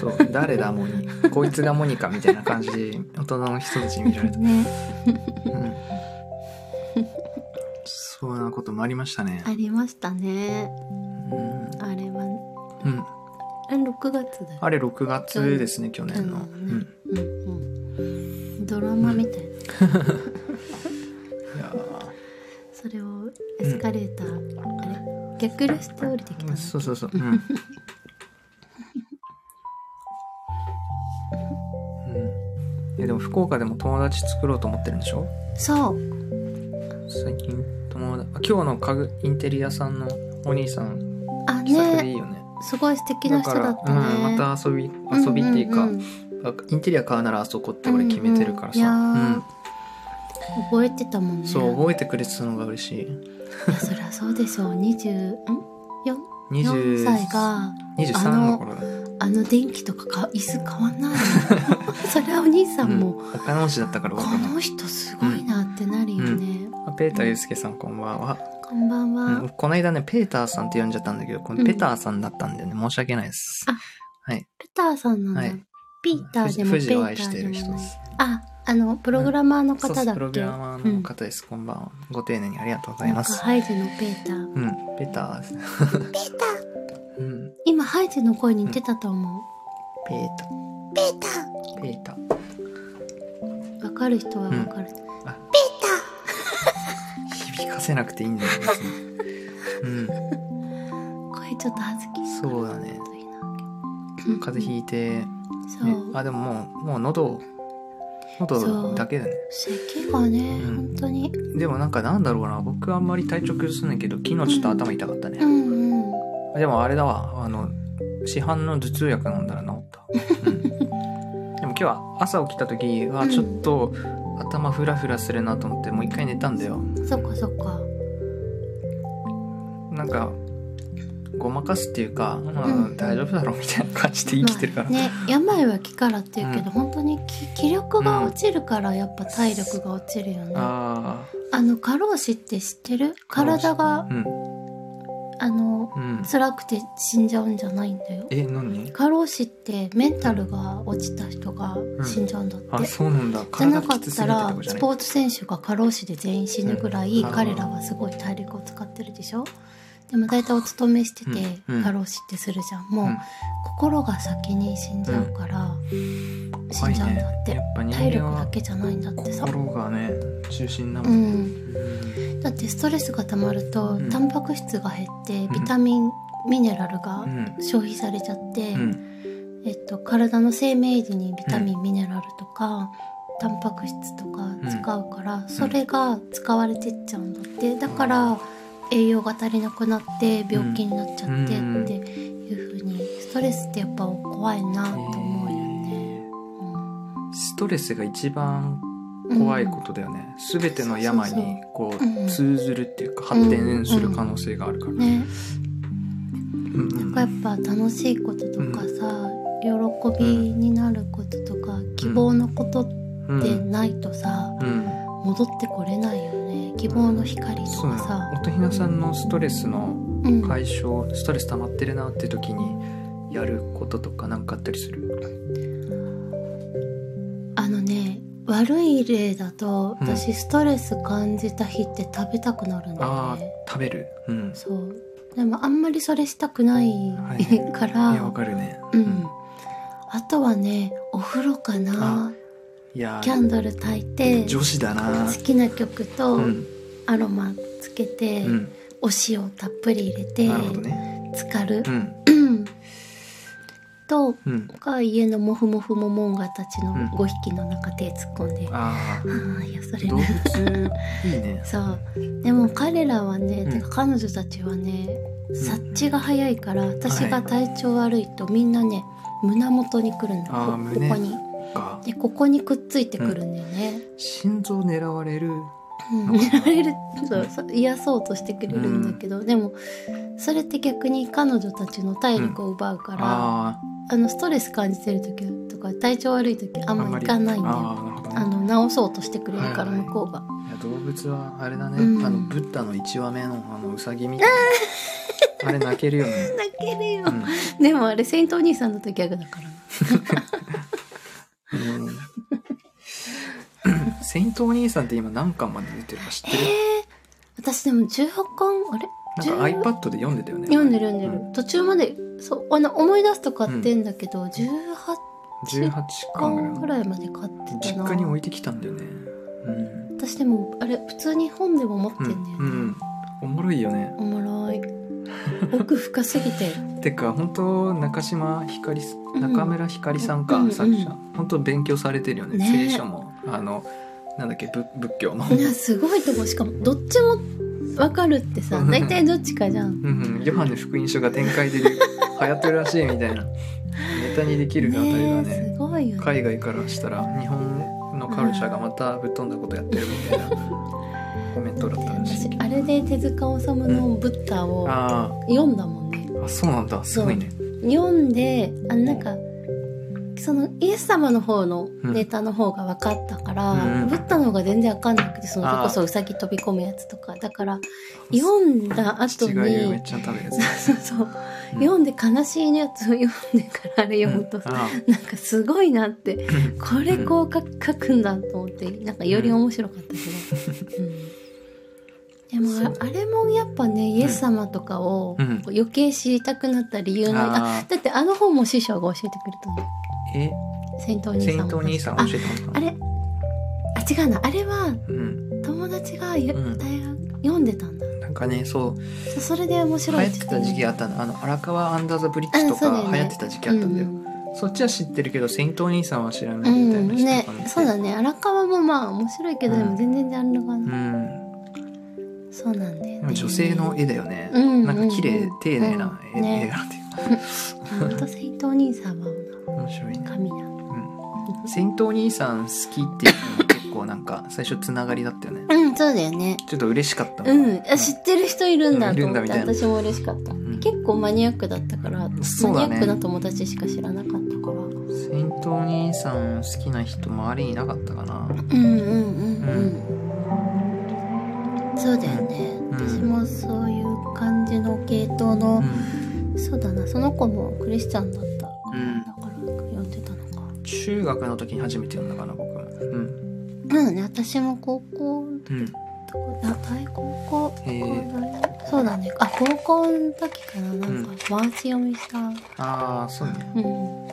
S1: そう誰だモニこいつがモニかみたいな感じで大人の人たちに見られ た、
S2: ね
S1: うん、そんなこともありましたね
S2: ありましたね
S1: うん
S2: あれは
S1: うん
S2: あれ6月だよ
S1: あれ6月ですね、去年の。う
S2: 去
S1: ん、
S2: 年うんうんドラマ みたいな、
S1: いや
S2: それをエスカレーター、あれ逆流して降りてきた
S1: ー
S2: の
S1: そうそうそう。 うん。うんいやでも福岡でも友達作ろうと思ってるんでしょ
S2: そう
S1: 最近友達あ今日の家具インテリアさんのお兄さん
S2: あ
S1: 気さくで
S2: ね
S1: いいよね
S2: すごい素敵な人だったね
S1: うん、また遊び遊びっていうか、
S2: んんん
S1: あインテリア買うならあそこって俺決めてるからさ、
S2: う
S1: うん
S2: うん
S1: ん
S2: いやー覚えてたもんね
S1: そう覚えてくれてたのが嬉しい
S2: いやそりゃそうでしょう20ん4
S1: 20
S2: 4歳が
S1: 23の頃だ
S2: あの電気とかか椅子変わんな いのそりゃお兄さんも、
S1: うん、お金持ちだったから
S2: こ
S1: 僕も
S2: の人すごいなってなるよね、
S1: あペーターユースケさんこんばんは、
S2: こんばんは、
S1: うんこの間ねペーターさんって呼んじゃったんだけどこ
S2: う
S1: の
S2: ん
S1: ペターさんだったんでね申し訳ないです、
S2: あペターさんなんだ、
S1: はい
S2: ピーターでもペ
S1: 富
S2: ー
S1: 士
S2: タ
S1: を
S2: ー
S1: 愛して
S2: で
S1: る
S2: も
S1: 人
S2: な
S1: で
S2: い
S1: す
S2: ああのプログラマーの
S1: そう
S2: 方だっけ、
S1: プログラマーの方です、こんばんはご丁寧にありがとうござい
S2: な
S1: ま
S2: んか
S1: す
S2: ハイジのペーター
S1: うんペターですね
S2: ペーター
S1: うん
S2: 今ハイジの声に似てたと思
S1: ペータ
S2: う、ペー
S1: ー
S2: タ
S1: ペーター
S2: ーわかる人はわかる、
S1: 響かせなくていいんだよ別にうん
S2: 声ちょっとはずき
S1: そうだね
S2: いいな
S1: 風邪ひいて、ね、
S2: そう、
S1: あでももうもう喉喉だけだね
S2: 咳がね、
S1: うん
S2: 本当に
S1: でもなんかなんだろうな僕あんまり体調崩すんだけど昨日ちょっと頭痛かったね、
S2: うんうん
S1: でもあれだわあの市販の頭痛薬飲んだら治った、うん、でも今日は朝起きた時は
S2: うん
S1: ちょっと頭フラフラするなと思ってもう一回寝たんだよ
S2: そっかそっか
S1: なんかごまかすっていうか、まあ
S2: うん
S1: 大丈夫だろうみたいな感じで生きてるから、
S2: まあね病は気からっていうけ
S1: う
S2: ど、
S1: ん
S2: 本当に気気力が落ちるからやっぱ体力が落ちるよね、あ
S1: あ
S2: の過労死って知ってる
S1: 過労死
S2: 体が
S1: あうん
S2: あの
S1: うん
S2: 辛くて死んじゃうんじゃないんだよ
S1: え何
S2: 過労死ってメンタルが落ちた人が死んじゃうんだって、
S1: あ
S2: じ
S1: そうなんだ
S2: ゃな
S1: 体
S2: かっ
S1: きつす
S2: た
S1: ぎてと
S2: ら
S1: かじゃ
S2: ス
S1: ない
S2: ポーツ選手が過労死で全員死ぬぐらい
S1: うん
S2: 彼らはすごい体力を使ってるでしょでも大体お勤めしてて
S1: うんうん
S2: 過労死ってするじゃんもう
S1: うん
S2: 心が先に死んじゃうから死んじゃうんだっ
S1: 怖いね
S2: て
S1: やっぱ人
S2: 体
S1: 間
S2: 力だ
S1: は
S2: けじゃないんだってさ
S1: 心がね中心な
S2: う
S1: もんね、
S2: ん
S1: うん
S2: だってストレスが溜まると
S1: ん
S2: タンパク質が減って
S1: ん
S2: ビタミンミネラルが
S1: うん
S2: 消費されちゃって、
S1: うん
S2: えっと、体の生命時にビタミン、ミネラルとかタンパク質とか使うから、それが使われてっちゃうんだってだか
S1: う
S2: ら栄養が足りなくなって病気になっちゃってって
S1: うん
S2: いうふうにストレスってやっぱ怖いなと思うよね。
S1: ストレスが一番
S2: うん
S1: 怖いことだよね、全ての病にこ
S2: そうそううん
S1: う通ずるっていうか発展する可能性があるから、
S2: う
S1: うんん
S2: ね
S1: うん
S2: やっぱ楽しいこととかさ、喜びになることとか、希望のことっ
S1: うん
S2: てないとさ、
S1: うん
S2: 戻ってこれないよね希望の光と
S1: そうな
S2: か
S1: の
S2: さ。
S1: 音ひなさんのストレスの
S2: うん
S1: 解消ストレス溜まってるなって時にやることとかなんかあったりする
S2: あのね悪い例だと私ストレス感じた日って食べたくなるんだよ
S1: あ
S2: ね、
S1: ー食べるうん
S2: そうでもあんまりそれしたくない
S1: い
S2: から、
S1: いやわかるね
S2: うんあとはねお風呂かな
S1: うんいや
S2: キャンドル焚いて
S1: 女子だな
S2: 好きな曲と
S1: うん
S2: アロマつけて、
S1: うん
S2: お塩たっぷり入れて
S1: なるほどね
S2: 浸かる
S1: う、ん
S2: と
S1: うん
S2: か家のモフモフモモンガたちの5匹の中手突っ込んで、あ
S1: あ
S2: あ癒さ
S1: ー
S2: れる
S1: 動物いいね
S2: そうでも彼らはね、
S1: うん
S2: てか彼女たちはね察知が早いから私が体調悪いとみんなね胸元に来るんだ
S1: あー
S2: ここ
S1: 胸
S2: こに
S1: か
S2: でここにくっついてくるんだよね、
S1: 心臓狙われる
S2: うん
S1: うん
S2: 狙われるそうそう癒そうとしてくれるんだけど、でもそれって逆に彼女たちの体力を奪うから、あ
S1: あ
S2: のストレス感じてる時とか体調悪い時あ
S1: あ
S2: んま
S1: あんま
S2: 行
S1: り
S2: かないんだよ
S1: あーなるほどね
S2: あの治そうとしてくれるから
S1: はいはい
S2: 向こうが、
S1: いや動物はあれだね、
S2: うん
S1: あのブッダの1話目のあのウサギみたい なあれ泣けるよね、
S2: 泣けるよ
S1: う、ん
S2: でもあれセイントお兄さんの時ギャグだからな
S1: うんセイントお兄さんって今何巻まで出てるか知ってる、
S2: 私でも18巻あれ
S1: なんか iPad で読んでたよね
S2: 読んでる読んでる、
S1: う
S2: 途中までそうあの思い出すと買ってんだけど、18
S1: 18巻ぐらい
S2: 巻ぐらいまで買ってた
S1: 実
S2: な
S1: 家に置いてきたんだよねうん
S2: 私でもあれ普通に本でも持って
S1: うん
S2: だよね、
S1: ん、うん、おもろいよね
S2: おもろい奥深すぎて
S1: てか本当中島ひかりす
S2: うん
S1: 中村ひかりさんか、
S2: うん
S1: 作者本当勉強されてるよね
S2: ね
S1: 聖書もあのなんだっけ仏仏教も
S2: いやすごいと思うしかもどっちも分かるってさ
S1: うん
S2: 大体どっちかじゃ
S1: う
S2: ん
S1: んうん、ヨハネ福音書が展開で流行ってるらしいみたいなネタにできるあたりが
S2: ね
S1: ね
S2: えすごいよね
S1: 海外からしたら日本のカルチャーがまたぶっ飛んだことやってるみたいなコメントだったらしい
S2: 私あれで手塚治虫の「ブッダ」を
S1: あ
S2: 読んだもんね
S1: ーあそうなんだすごいね
S2: 読んであなんかそのイエス様の方のネタの方が分かったから、
S1: うん
S2: ブッダの方が全然分かんなくてそのそれこそ
S1: あ
S2: ウサギ飛び込むやつとかだから読んだ後
S1: 父が言うめっ
S2: に
S1: ちゃ食べるやつ、
S2: そうそうそう
S1: うん
S2: 読んで悲しいやつを読んでからあれ読むとさ、
S1: あ
S2: なんかすごいなって
S1: ー
S2: これこうか書くんだと思ってなんかより面白かったけど、うんでもああれもやっぱねイエス様とかを
S1: うん
S2: こう余計知りたくなった理由の、あ
S1: あ
S2: だってあの本も師匠が教えてくれたの
S1: ー
S2: セイントお
S1: え
S2: 兄
S1: セ
S2: さん
S1: イ
S2: も
S1: ントお兄さん教えてもらったの
S2: ああれあ違うなあれは
S1: うん、
S2: 友達がよ、
S1: うん
S2: 大学読んでたんだ
S1: なんかねそう
S2: そそれで面
S1: 流
S2: 白い
S1: 行ってた時期あったのあの荒川アンダーザブリッジ
S2: あ
S1: と
S2: そうだ
S1: か流
S2: よね
S1: 行ってた時期あったんだよ、
S2: うん
S1: そっちは知ってるけどセイントお兄さんは知ら
S2: う
S1: ないみたい
S2: ん
S1: な人
S2: ね
S1: とかもいて、
S2: そうだね荒川もまあ面白いけど、
S1: うん
S2: でも全然ジャンルが
S1: う
S2: ない、
S1: ん、
S2: そうなんだ
S1: で
S2: よ、ね、
S1: も女性の絵だよね、
S2: うん
S1: なんか綺
S2: う
S1: 麗
S2: ん
S1: 丁寧な絵,、
S2: うんね
S1: 絵柄っていう
S2: ほんと斎藤兄さんは
S1: 面白いね、
S2: 神だ
S1: うん、セイントお兄さん好きっていうのも結構なんか最初つながりだったよね
S2: うんそうだよね
S1: ちょっと嬉しかったも
S2: うんあ知ってる人いるんだ
S1: うんい
S2: と
S1: るん
S2: 思
S1: だ
S2: っ
S1: み
S2: て、
S1: たいな
S2: 私も嬉しかった、
S1: ん
S2: 結構マニアックだったから、
S1: そう
S2: マ
S1: だね
S2: ニアックな友達しか知らなかったからうん
S1: セイントお兄さん好きな人周りにいなかったかな
S2: うんうんうん、そうだよね、
S1: ん
S2: 私もそういう感じの系統
S1: う
S2: の、
S1: ん
S2: そうだなその子もクリスチャンだった、
S1: うん
S2: だから読んでたのか
S1: 中学の時に初めて読んだかな僕もうん
S2: うんね私も高校
S1: うん
S2: とかだ大高校
S1: へえ
S2: そうだねあ高校の時かななんか回し読みしたうん
S1: ああそうね
S2: うん
S1: 大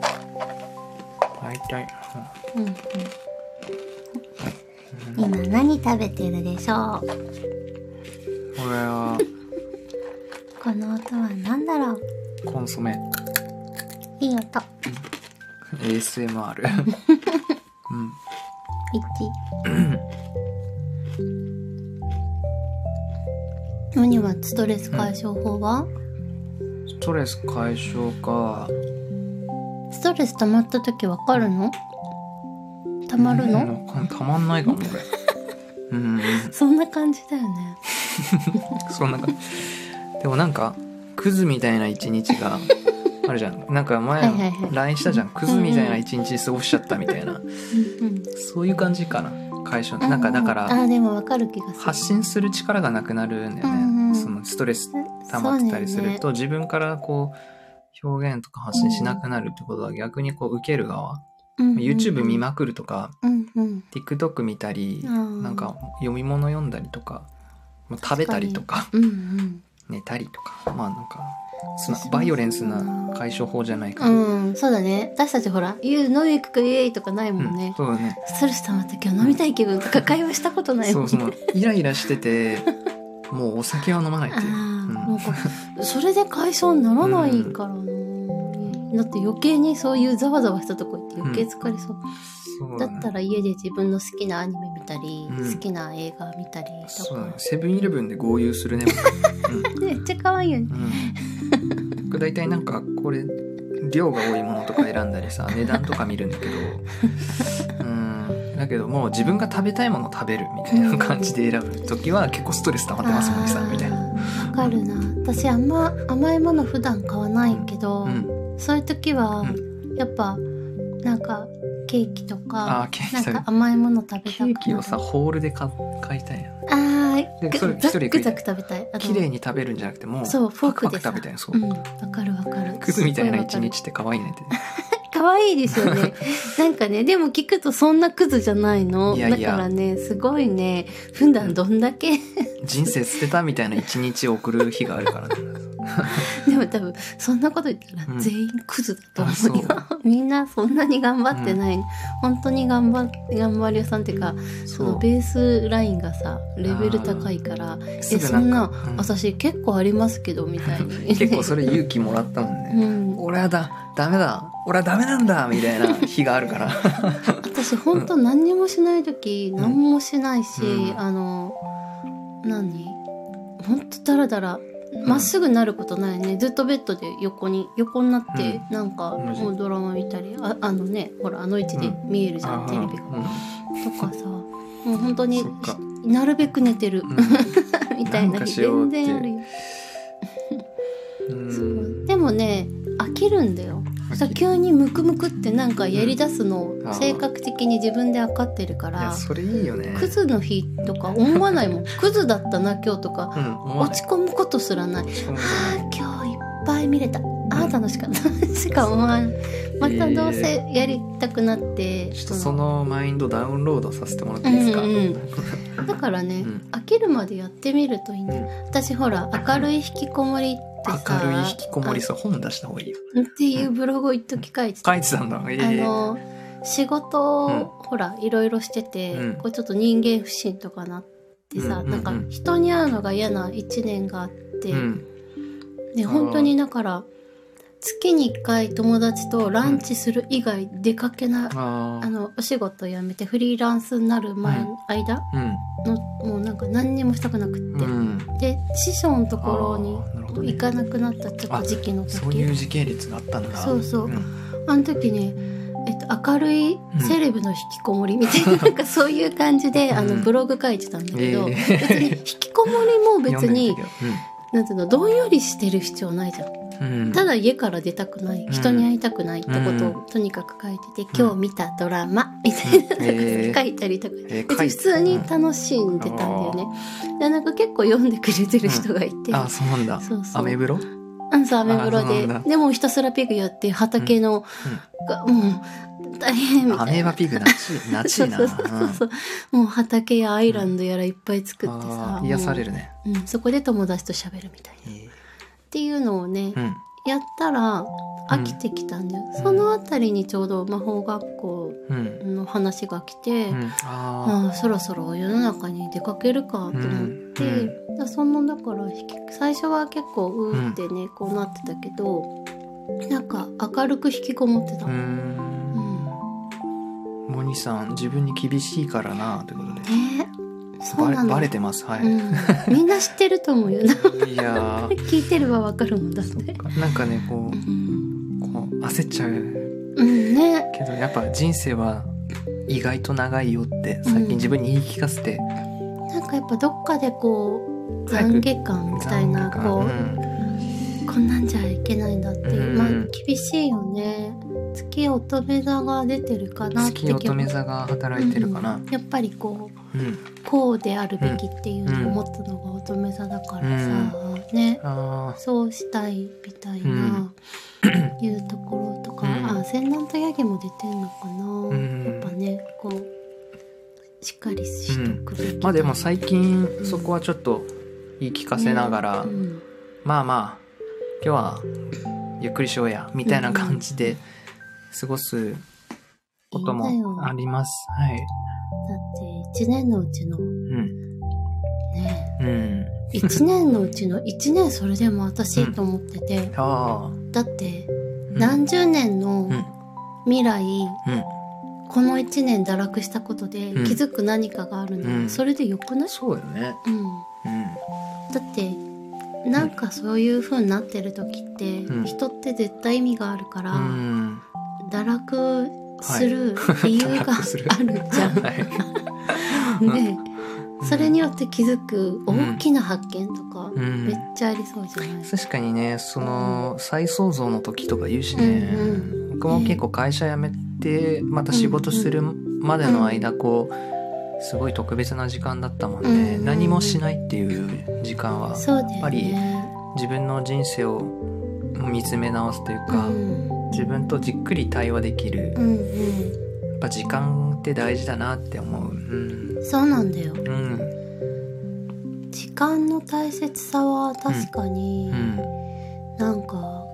S1: 体
S2: うん今何食べてるでしょ
S1: うん
S2: う
S1: これは
S2: この音は何だろう
S1: コンソメ
S2: い い音
S1: ASMR うん
S2: 1何はストレス解消法は、
S1: ストレス解消か
S2: ストレス溜まった時わかるの溜まるの、
S1: うんわかんたまんないかもこれうん
S2: そんな感じだよね
S1: そんなか でもなんかクズみたいな一日があるじゃんなんか前
S2: はいはいはい
S1: LINE したじゃんクズみたいな一日過ごしちゃったみたいな
S2: うんうん
S1: そういう感じかな解消なんかだか
S2: あ
S1: ら
S2: ーでもわかる気がする
S1: 発信する力がなくなるんだよ
S2: うんう
S1: ね
S2: ん
S1: そのストレス溜まってたりすると自分からこ表現とか発信しなくなるってことは逆にこう受ける側、
S2: うんうんうん
S1: YouTube 見まくるとか
S2: うんうん。
S1: TikTok 見たり
S2: あー
S1: なんか読み物読んだりとかまあ食べたりとか
S2: うんうん。
S1: 寝たりとかまあなんかそんな
S2: そうそう
S1: バイオレンスな解消法じゃないから、
S2: うん、そうだね。私たちほら、ゆう飲み行くかイエイとかないもん
S1: うん
S2: ね。
S1: そうだね
S2: ストレス溜まって今日飲みたい気分とか会話したことない
S1: そ
S2: もん
S1: う
S2: ね。
S1: そのイライラしててもうお酒は飲まないっていう、
S2: あ あ、
S1: う
S2: なんんか、それで解消にならないからな。だって余計にそういうざわざわしたとこ行って余計疲れそう。
S1: そう
S2: だ
S1: だね
S2: ったら家で自分の好きなアニメ見たり、
S1: うん
S2: 好きな映画見たりと
S1: そうだね
S2: か。
S1: セブンイレブンで合流するね僕うん
S2: めっちゃ可愛いよね。
S1: うん、僕大体なんかこれ量が多いものとか選んだり さ値段とか見るんだけどうんだけどもう自分が食べたいものを食べるみたいな感じで選ぶ時は結構ストレス溜まってますもんねさ
S2: あー
S1: みたいな。
S2: わかるな。私あんま甘いもの普段買わないけど、
S1: うん、
S2: そういう時は
S1: う、
S2: やっぱ、なんか、ケーキと
S1: あー
S2: か、
S1: ケーキ
S2: なん
S1: 食べ
S2: か甘いもの食べたく
S1: ケ
S2: なる
S1: ーキをさホールで買買いたいな
S2: あー
S1: で
S2: ぐ
S1: それ一
S2: ザ
S1: 人で食
S2: ック
S1: いた
S2: ザ
S1: い
S2: ク食べたい。あの
S1: 綺麗に食べるんじゃなくても
S2: そう、フォークで
S1: パ
S2: さ。、
S1: クパク食べたいそううん
S2: わかるわかる。
S1: クズみたいな一
S2: すごわか
S1: 日って可愛いねって
S2: る。可愛いです よね。なんかね、でも聞くとそんなクズじゃないの。
S1: いやいや
S2: だからね、すごいね、普段どん だけ、
S1: 人生捨てたみたいな一日を送る日があるからね
S2: でも多分、そんなこと言った
S1: うん
S2: ら全員クズだ
S1: あ
S2: と
S1: そう
S2: 思うよ。 みんなそんなに頑張ってない。本当に頑張、頑張り屋さんっていうか、そのベースラインがさ、レベル高いから、
S1: え
S2: え、そんな、
S1: うん
S2: 私結構ありますけど、みたい に。
S1: 結構それ勇気もらったもんね、
S2: うん、
S1: 俺はだダメだ俺はダメなんだみたいな日があるから
S2: 私本当何にもしない時、
S1: ん
S2: 何もしないし、
S1: うん
S2: あの何本当だらだらまっすぐなることないねずっとベッドで横に横になって、なんか
S1: 同じ
S2: もうドラマ見たりああのねほらあの位置で見えるじゃん、テレビが、とかさもう本当に
S1: そっか
S2: なるべく寝てる、
S1: うん
S2: みたい
S1: なん
S2: な
S1: か
S2: 日
S1: しようって
S2: 全然あるよ
S1: うんうん
S2: そうでもね飽きるんだよ
S1: 飽きる
S2: さ急にムクムクってなんかやりだすの
S1: うんあ
S2: を
S1: ー
S2: 性格的に自分で分かってるか
S1: いや
S2: ら、
S1: それいいよね
S2: クズの日とか思わないもんクズだったな今日とか
S1: うん思わ
S2: 落
S1: ない
S2: ち込むことすらない
S1: 落ち込む
S2: あー今日いっぱい見れたあー楽しかった しか思わないまたどうせやりたくなって、
S1: ちょっとそのマインドダウンロードさせてもらっていいですか、
S2: う んうんだからね、
S1: うん
S2: 飽きるまでやってみるといいね、
S1: う
S2: 私ほら明るい引きこもりってさ
S1: 明るい引きこもりさ本出した方がいいよ
S2: あっていうブログを一時書いてた
S1: 書いてたんだええ
S2: あの仕事を、
S1: うん
S2: ほらいろいろしてて、
S1: うん
S2: こうちょっと人間不信とかなってさ、
S1: うんうんうん
S2: なんか人に会うのが嫌な1年があって、
S1: うん
S2: で本当にだから月に1回友達とランチする以外出かけない、
S1: あ
S2: あ
S1: ー
S2: のお仕事辞めてフリーランスになる前、
S1: うん
S2: 間
S1: うん
S2: のもうなんか何にもしたくなくって、
S1: うん
S2: で師匠のと
S1: あ
S2: ころに
S1: ーなるほどね
S2: 行かなくなったちょっと時期の時
S1: そういう時系列があったんだ
S2: そうそう
S1: うん
S2: あの時ね、えっと、明るいセレブの引きこもりみたいな、なんかそういう感じで、
S1: うん
S2: あのブログ書いてたんだけど、
S1: え
S2: 別
S1: え
S2: に引きこもりも別に
S1: 読んでみ
S2: なんていうのどんよりしてる必要ないじゃん
S1: たけどうんうん
S2: ただ家から出たくない
S1: ん
S2: 人に会いたくないってことをとにかく書いてて、今日見たドラマみたいな、
S1: うんええ
S2: 書いたりとか
S1: えー
S2: 別
S1: 書い
S2: に普通に楽しんでたんだよね、でなんか結構読んでくれてる人がいて、
S1: あそうなんだ
S2: そうそ
S1: ア
S2: う
S1: メブロ
S2: うん、そう、アメブロ
S1: あそうな
S2: で
S1: んだ。
S2: でもひたすらピグやって、畑の、がもう、大変みた
S1: ア
S2: い
S1: メー
S2: な。
S1: バピグなちなち
S2: そ
S1: いうな
S2: そう そうそう。もう畑やアイランドやらいっぱい作って
S1: あ
S2: さ。
S1: ー癒されるね、
S2: もううん、そこで友達と喋るみたいな。っていうのをね、
S1: うん
S2: やったら飽きてきたんだよ。
S1: うん
S2: そのあたりにちょうど魔法学校
S1: うん
S2: の話が来て、
S1: うんあ
S2: ああそろそろ世の中に出かけるかと思って、
S1: うん
S2: だそのだから引き最初は結構うーってね、こうなってたけどなんか明るく引きこもってた、
S1: ーうーんモニさん自分に厳しいからなということで
S2: ねえそう
S1: バ
S2: な
S1: レ
S2: の
S1: バレてますはい、
S2: うん、みんな知ってると思 うよな
S1: いやー
S2: 聞いてればわかるもんだって
S1: なんかねこ
S2: うん、
S1: うこう焦っちゃう
S2: うん、ね
S1: けどやっぱ人生は意外と長いよって最近自分に言い聞かせて、
S2: なんかやっぱどっかでこう
S1: 早く
S2: 懺悔感みたいな
S1: 残念か
S2: こう、
S1: ん
S2: こんなんじゃいけないんだっていう、
S1: うん
S2: まあ厳しいよね月乙女座が出てるかなって
S1: 月乙女座が働いてるかな、
S2: やっぱりこう
S1: うん
S2: こうであるべきっていうのを持ったのが乙女座だからさ、ね
S1: あ
S2: そうしたいみたいな、いうところとか、
S1: うん
S2: あセンダントヤギも出てんのかな、
S1: ん
S2: やっぱねこうしっかりしとくべきだ、
S1: まあでも最近そこはちょっと言い聞かせながら、
S2: ねうん
S1: まあまあ今日はゆっくりしようやみたいな感じで過ごすこと
S2: いいんだよ
S1: もあります。はい。
S2: だって1年のうちの
S1: うん。
S2: ね
S1: うん。
S2: 1年のうちの1年それでも私と思ってて、
S1: ああ。
S2: だって
S1: うん
S2: 何十年の
S1: うん
S2: 未来、
S1: うん。
S2: この1年堕落したことで
S1: うん
S2: 気づく何かがあるの、
S1: うん
S2: それでよくない、
S1: そうよね。
S2: うん、
S1: う
S2: だってなんかそういう風になってる時って、
S1: うん
S2: 人って絶対意味があるから、
S1: ん。うん。
S2: 堕落する理由 が
S1: 堕落する
S2: あるじゃん。
S1: はい。うん
S2: でそれによって気づく大きな発見とか、
S1: うん
S2: めっちゃありそうじゃない、
S1: 確かにねその再創造の時とか言うしね、
S2: う
S1: 僕も結構会社辞めてまた仕事するまでの間こうすごい特別な時間だったもんね、
S2: うん
S1: 何もしないっていう時間は
S2: そうだよね
S1: やっぱり自分の人生を見つめ直すというか、
S2: うん
S1: 自分とじっくり対話できる
S2: うん
S1: や
S2: う
S1: っぱ時間って大事だなって思ううん
S2: んそうなんだよ
S1: うん
S2: 時間の大切さは確かに
S1: うん
S2: なんか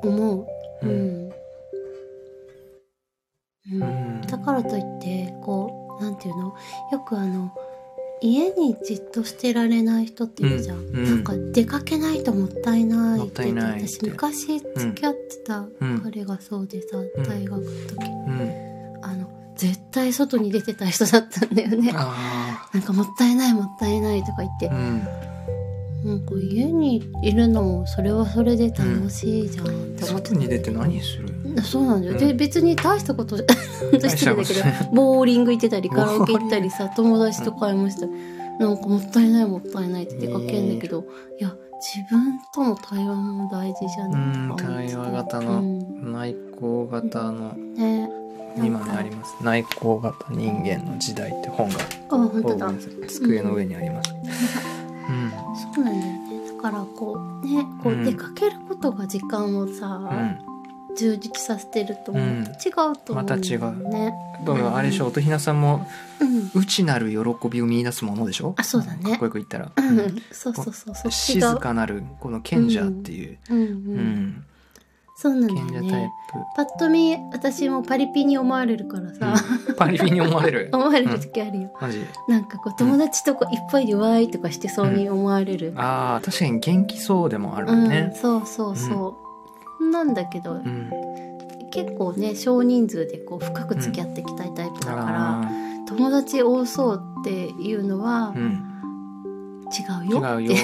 S2: 思う、
S1: う
S2: うんんうん
S1: うん
S2: だからといってこうなんていうのよくあの家にじっとしてられない人っているじゃん、
S1: うんうん
S2: なんか出かけないともったいない
S1: もったいないって
S2: 私昔付き合ってた
S1: うん
S2: 彼がそうでさ、
S1: ん
S2: 大学の時
S1: うん
S2: あの絶対外に出てた人だったんだよね
S1: あ
S2: なんかもったいないもったいないとか言って
S1: あう、ん
S2: なんか家にいるのもそれはそれで楽しいじゃんって思って
S1: 外に出て何する
S2: そうなんだよ、
S1: うん
S2: で別に 大し たことじゃ本当に失礼だけ
S1: 大したこ
S2: どボーリング行ってたり
S1: ボーリ
S2: カ
S1: ン
S2: ラ
S1: グ
S2: オケ行ったりさ友達と買いましたり、なんかもったいないもったいないって出かけんだけど、いや自分との対話も大事じゃない
S1: うん
S2: とか思って
S1: 対話型の
S2: うん
S1: 内向型の
S2: ねなん
S1: 今
S2: か
S1: ねあります内向型人間の時代って本が
S2: あ本当
S1: ご
S2: だ
S1: めんなさい机の上にありますうん
S2: そうなんだよねだからこうねこ
S1: う
S2: うん出かけることが時間をさ、
S1: うん
S2: 充実させてると
S1: う
S2: 思
S1: ん
S2: うと違うと思うんだよね、
S1: まだからあれでしょ音ひなさんも
S2: うん
S1: 内なる喜びを見出すものでしょ
S2: あそうだね
S1: かっこよく言ったら
S2: うん、そうそうそうそっちが
S1: 静かなるこの賢者っていう
S2: うんう、
S1: うんん
S2: そうなんだ
S1: 賢者タ
S2: よ
S1: イ
S2: ねぱっと見私もパリピに思われるからさ、
S1: プパリピに思われ る
S2: 思われる時あるよ、
S1: マジ
S2: なんかこう友達とこういっぱいでわーいとかしてそうに思われる、
S1: あー確かに元気そうでもある
S2: う
S1: もん
S2: ん
S1: ね
S2: そうそうそう、なんだけど、
S1: うん
S2: 結構ね少人数でこう深く付き合っていきたいタイプだから、
S1: あー
S2: 友達多そうっていうのは
S1: うん
S2: 違う
S1: 違
S2: よ
S1: う
S2: っ
S1: よ
S2: て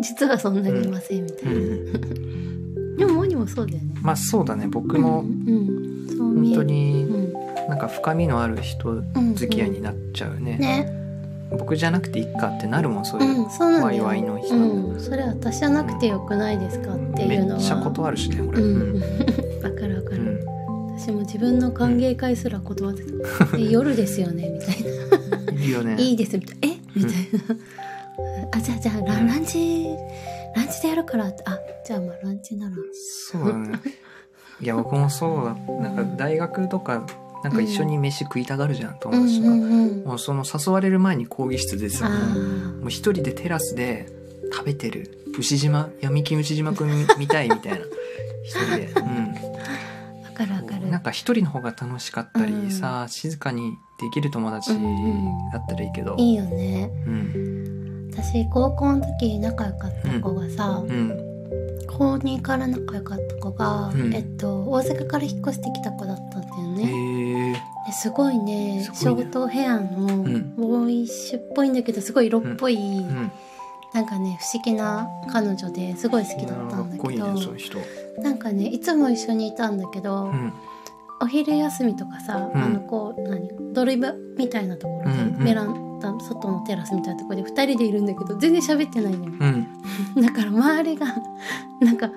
S2: 実はそんなにいませんみたいな、
S1: うん
S2: でもモニもそうだよね
S1: まあそうだね僕も
S2: うんうんそう
S1: 本
S2: 見え
S1: 当
S2: る
S1: に
S2: うん
S1: なんか深みのある人
S2: うん
S1: 付き合いになっちゃうね,、
S2: ね、
S1: 僕じゃなくていっかってなるもんそう
S2: う
S1: いう、
S2: ん、そうなんだよ。
S1: ワイワイの人
S2: うん、それ私じゃなくてよくないですかって
S1: め
S2: いうのは。
S1: っちゃ断るしね俺、
S2: う
S1: うん
S2: ん、 わかるわか
S1: う
S2: る。
S1: ん
S2: 私も自分の歓迎会すら断って た。で夜ですよねみたい
S1: いいよね
S2: な。いいですみたいな。えみたいな。あじゃあじゃあラ
S1: うん
S2: ランチランチでやるからってあじゃあまあランチなら。
S1: そうだねいや僕もそうだなんか大学とかなんか一緒に飯食いたがるじゃん、友達とか、
S2: うん。
S1: もうその誘われる前に講義室で
S2: あ
S1: さ
S2: あ
S1: もう一人でテラスで食べてる牛島闇金牛島くん見たいみたいな一人でうん
S2: わかるわかる。
S1: なんか一人の方が楽しかったり、
S2: うん
S1: さ静かにできる友達だったらいいけど、
S2: いいよね。
S1: うん
S2: 私高校の時仲良かった子がさ。
S1: うん
S2: 高2から仲良かった子が、
S1: うん
S2: えっと、大阪から引っ越してきた子だったんだよ
S1: へ
S2: ね。
S1: え
S2: ですごいね
S1: す
S2: ショ
S1: ごいね
S2: ートヘアの
S1: ん
S2: ボーイッシュっぽいんだけどすごい色っぽい、
S1: うん
S2: なんかね不思議な彼女ですごい好きだった
S1: か
S2: ん
S1: っ
S2: だ
S1: こい
S2: け
S1: い
S2: ど
S1: ねそういう人
S2: なんかねいつも一緒にいたんだけど、
S1: うん
S2: お昼休みとかさ、
S1: うん
S2: あのこう何ドリブみたいなところで、
S1: うんうん
S2: ベランダ外のテラスみたいなところで2人でいるんだけど全然喋ってないのよ。
S1: うん
S2: だから周りがなんか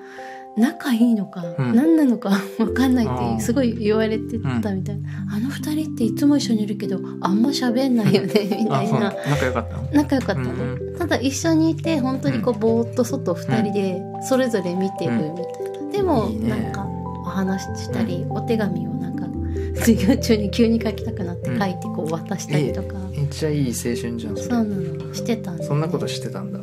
S2: 仲いいのか、
S1: ん
S2: 何なのか わかんないって
S1: あ
S2: い
S1: ー
S2: うすごい言われてたみたいな、あの二人っていつも一緒にいるけどあんま喋んないよねみた
S1: あ
S2: い
S1: そう
S2: な
S1: 仲良かったの
S2: 仲良かった
S1: う
S2: の、
S1: ん
S2: ただ一緒にいて本当にこうぼーっと外二人でそれぞれ見てるみたいな、でも
S1: いいね
S2: なんかお話ししたり、お手紙をなんか授業中に急に書きたくなって書いてこう渡したりとか、
S1: めっちゃいい青春じゃん
S2: そう
S1: そ
S2: な
S1: れ
S2: のしてたんで、
S1: そんなことしてたんだ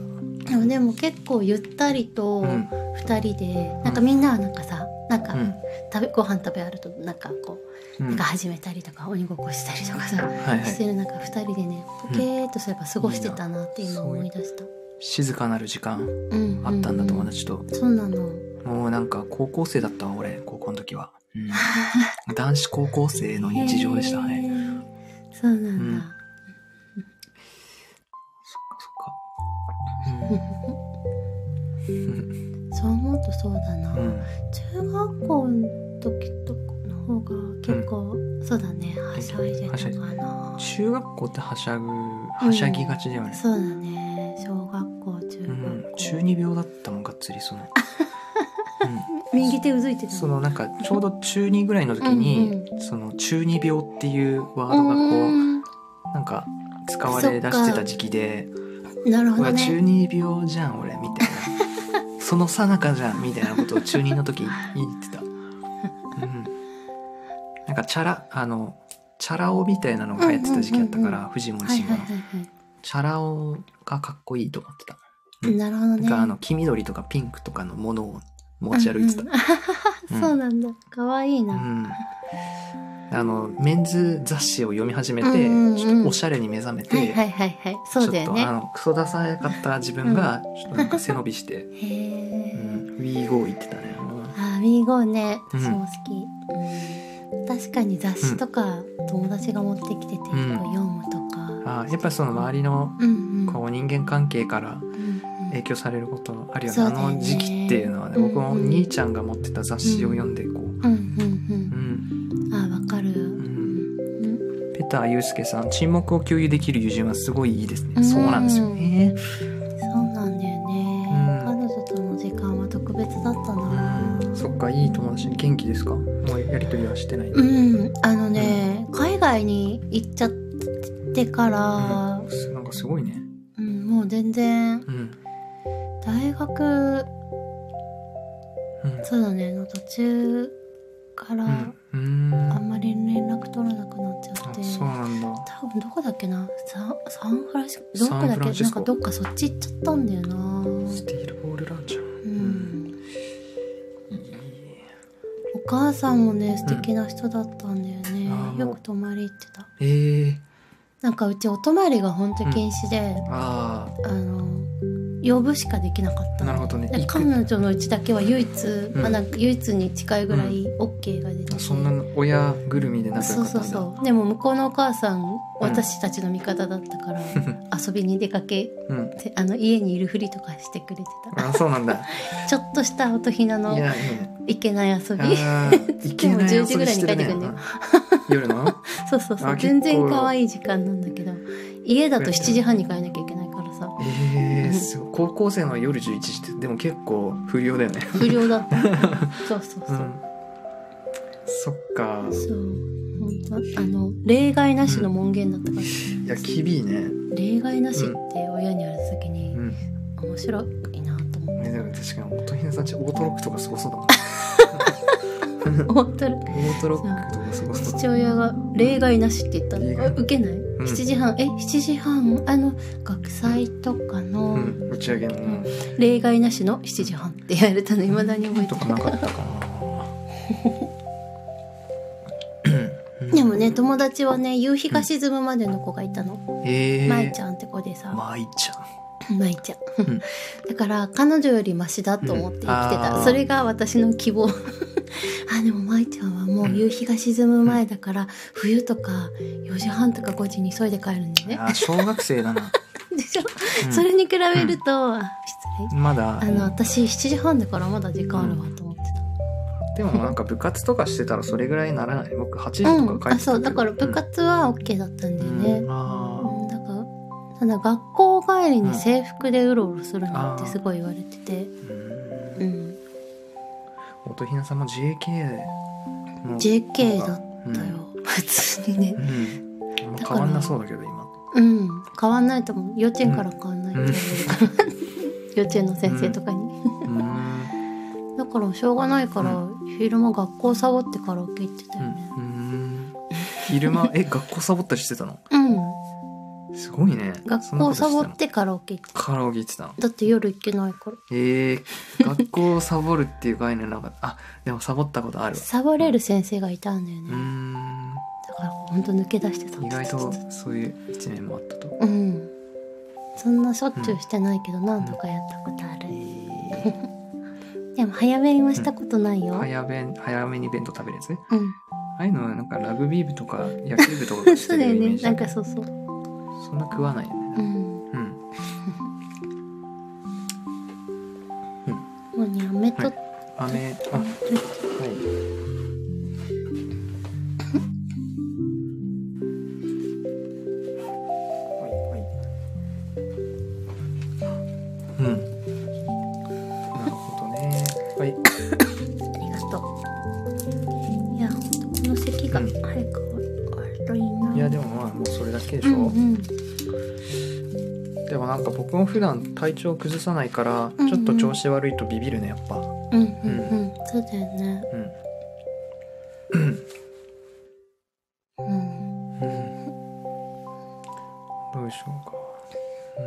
S2: でもでも結構ゆったりと
S1: うん
S2: 二人で、なんか
S1: うん
S2: みんなはなんかさなんか
S1: うん
S2: 食べご飯食べあるとなんかこう、
S1: う
S2: なん
S1: ん
S2: か始めたりとか鬼ごっこしたりとかさ、
S1: はいは
S2: して
S1: い
S2: るなんか二人でねポケーっとすれば過ごしてたなって
S1: うん
S2: 今
S1: いいな
S2: 思い出した。
S1: 静かなる時間
S2: うん
S1: あったんだ
S2: う
S1: 友達と
S2: そうなの。
S1: もうなんか高校生だったわ俺高校の時は、 うん、男子高校生の日常でした
S2: へ
S1: ね
S2: ー。そうなんだ。
S1: そっかそっかうん
S2: そう思うとそうだな。
S1: うん
S2: 中学校の時とかの方が結構、そうだねはしゃいでたかな。
S1: 中学校ってはしゃぐはしゃぎがちだよね、
S2: そうだね小学校中
S1: うん
S2: 学校。
S1: 中二病だったもんがっつり その、
S2: 右手うずいて
S1: うん、
S2: た。
S1: そのなんかちょうど中二ぐらいの時に、その中二病っていうワードがこう、
S2: うん
S1: なんか使われ出してた時期で
S2: なる
S1: 「う
S2: ほど
S1: わ中
S2: ね。
S1: 二病じゃん俺」みたい なその最中じゃんみたいなことを中二の時言ってた、うん、なんかチャラあのチャラ男みたいなのが流行ってた時期だったか
S2: うんうんうん
S1: ら藤森
S2: はい
S1: 慎吾
S2: はい
S1: の
S2: はいはい。
S1: チャラ男がかっこいいと思ってたうん
S2: なるほど
S1: なんかあ
S2: ね。
S1: の黄緑とかピンクとかのものを持ち歩いてた
S2: うんうんそうなんだ。可愛いな。
S1: うんあのメンズ雑誌を読み始めて、
S2: うんうんうん
S1: ちょっとおしゃれに目覚めて、
S2: はいはいはいはい。そうだよ
S1: ちょっとあ
S2: ね。
S1: のクソダサかった自分がちょっとなんか背伸びして、
S2: へえ。
S1: うん、ウィーゴー行ってたね、
S2: あーミーゴーね、
S1: うん
S2: 私も好き、確かに雑誌とか友達が持ってきてて、こう
S1: うん
S2: 読むとか
S1: あーやっぱりその周りの
S2: うんうん
S1: こう人間関係から
S2: うんうん
S1: 影響されることあるよね,、
S2: そうだよね
S1: あの時期っていうのはね僕も
S2: うんうん
S1: 兄ちゃんが持ってた雑誌を読んでこう、
S2: うんう
S1: うんん
S2: うんあーわか
S1: ん
S2: る、うん
S1: ペターユースケさん沈黙を共有できる友人はすごいいいですね、そうなんですよね、
S2: そうなんだよね、
S1: うん
S2: 彼女との時間は特別だったな
S1: うん、そっかいい友達元気ですかもうやりとりはしてない、
S2: うん、あのね、海外に行っちゃってから、
S1: なんかすごいね
S2: うん、もう全然
S1: うん
S2: 大学
S1: うん
S2: そうだねの途中から、
S1: うんうん
S2: あんまり連絡取らなくなっちゃって
S1: あそうなんだ
S2: 多分どこだっけなササンフランシスコど
S1: サ
S2: こ
S1: ン
S2: だっ
S1: フ
S2: け
S1: ランシ
S2: な
S1: ス
S2: ん
S1: コ
S2: かどっかそっち行っちゃったんだよな
S1: スティールボールランチャー
S2: うん
S1: いい
S2: お母さんもね素敵な人だったんだよね、
S1: あー
S2: よく泊まり行ってた
S1: えー、
S2: なんかうちお泊まりが本当禁止で、
S1: あ
S2: あの呼ぶしかできなかった
S1: あなるほどね
S2: で
S1: 行く
S2: 彼女のうちだけは唯一、
S1: ん
S2: まあ、なんか唯一に近いぐらい OK が出てて、
S1: あそんな親ぐるみで仲良
S2: そ
S1: か
S2: う
S1: った
S2: そ
S1: ん
S2: う
S1: だ
S2: そうでも向こうのお母さん私たちの味方だった から、遊びに出かけ
S1: うん
S2: てあの家にいるふりとかしてくれてた
S1: あそう なんだ
S2: ちょっとした音ひないの
S1: やいいね
S2: いけない遊び
S1: あー いけない遊びしてるね
S2: でも10
S1: 夜の
S2: そうそうそ
S1: あ結
S2: う
S1: 構
S2: 全然可愛い時間なんだけど家だと7時半に帰んなきゃいけないからさ
S1: えー、そう高校生の夜11時ってでも結構不良だよね
S2: 不良だった そうそう
S1: う
S2: そうん
S1: そっか
S2: そう本当あの例外なしの門限だったから、
S1: いや厳いね
S2: 例外なしって親にあるときに
S1: うん
S2: 面白いなと思
S1: ねでも確かに乙姫さんちオートロックとかすごそうだもん
S2: って本当に
S1: オートロックとかすごそうだ
S2: 父親が例外なしって言った
S1: 例
S2: の
S1: 外
S2: 受けない、7時半え7時半あの学祭とかの、
S1: うん打ち上げの、
S2: うん例外なしの7時半って言われたのいまだに覚えて
S1: と
S2: る
S1: かなかったかな
S2: でもね友達はね夕日が沈むまでの子がいたの、
S1: ええー、
S2: まいちゃんって子でさ、
S1: まいちゃん
S2: まいちゃん、
S1: ん
S2: だから彼女よりマシだと思って生きてた、
S1: うんあー
S2: それが私の希望 あでもまいちゃんはもう夕日が沈む前だから、冬とか4時半とか5時に急いで帰るんだよね
S1: あー小学生だ な、
S2: でしょ、
S1: うん
S2: それに比べると、あ失
S1: まだ
S2: 礼あの私7時半だからまだ時間あるわと思って
S1: で
S2: た、
S1: もなんか部活とかしてたらそれぐらいにならない僕8時
S2: うん
S1: とか帰
S2: あ
S1: ってたけど、
S2: そうだから部活は OK だったんだよね、
S1: うんあ
S2: うんだからただ学校帰りに制服でうろうろするのってすごい言われてて、
S1: ーうん
S2: うん
S1: 音ひなさんも JK の
S2: JK だったよ、普通にね
S1: うん、うんあんま
S2: だか
S1: 変
S2: ら
S1: わんなそうだけど今
S2: うん変わんないと思う幼稚園から変わんないと思う、 幼稚園の先生とかに、
S1: うんうん
S2: だからしょうがないから、昼間学校サボってカラオケ行ってたよね
S1: うん昼間え学校サボったりしてたの
S2: うん、
S1: すごいねそ
S2: 学
S1: んなこと
S2: 校
S1: して
S2: サ
S1: たの
S2: ボってカラオケ行ってた
S1: カラオケ行ってたの
S2: だって夜行けないから
S1: えー、学校をサボるっていう概念なかったあでもサボったことあるわ
S2: サボれる先生がいたんだよ
S1: う
S2: ね、
S1: ーん
S2: だからほんと抜け出してた
S1: 意外とそういう一面もあったと
S2: うんそんなしょっちゅうしてないけど、なんとかやったことある、
S1: え
S2: でも早弁はしたことない
S1: ー、
S2: よ、うん
S1: 早弁早めに弁当食べるやつああいうのはなんかラグビー部とか野球部とかがし
S2: そう
S1: て
S2: だ
S1: る
S2: よ
S1: イメー
S2: ね
S1: ジ
S2: なんかそうそう
S1: そんな食わないよ
S2: う
S1: ね
S2: ん
S1: うん、
S2: もうね飴と、
S1: はい飴あはいはいはいうんなるほどねはい
S2: ありがとういやほんとこの席が
S1: うん
S2: 早く終わるといいない
S1: やでもまあもうそれだけでし
S2: う
S1: ょ、
S2: んうん
S1: でもなんか僕も普段体調崩さないから
S2: うんうん
S1: ちょっと調子悪いとビビるねやっぱ
S2: うんうんうんそうだよね
S1: うん、
S2: うん
S1: うん、どうでしょうか、う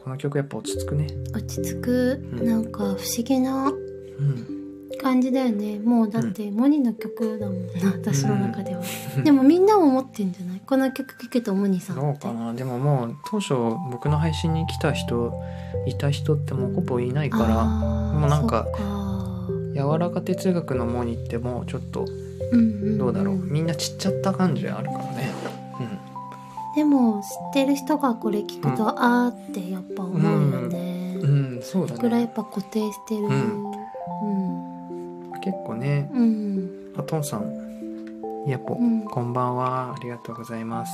S1: ん、この曲やっぱ落ち着くね
S2: 落ち着く
S1: うん
S2: なんか不思議な
S1: うん
S2: 感じだよねもうだってモニの曲だもんな私の中では、でもみんなも思ってんじゃないこの曲聴くとモニさ
S1: ど
S2: ん
S1: う
S2: って
S1: かなでももう当初僕の配信に来た人いた人ってもうほぼいないから
S2: ら
S1: もうなんか
S2: そっか
S1: 柔らか哲学のモニってもうちょっと
S2: うんうんん
S1: どうだろうみんな散っちゃった感じあるからね
S2: でも知ってる人がこれ聞くと、あーってやっぱ思うよね、
S1: うん、うん、そうだ
S2: 僕らや
S1: ね
S2: っぱ固定してる
S1: うん
S2: うん
S1: 結構ね
S2: うん
S1: あトンさんやっぽ、
S2: うん
S1: こんばんはありがとうございます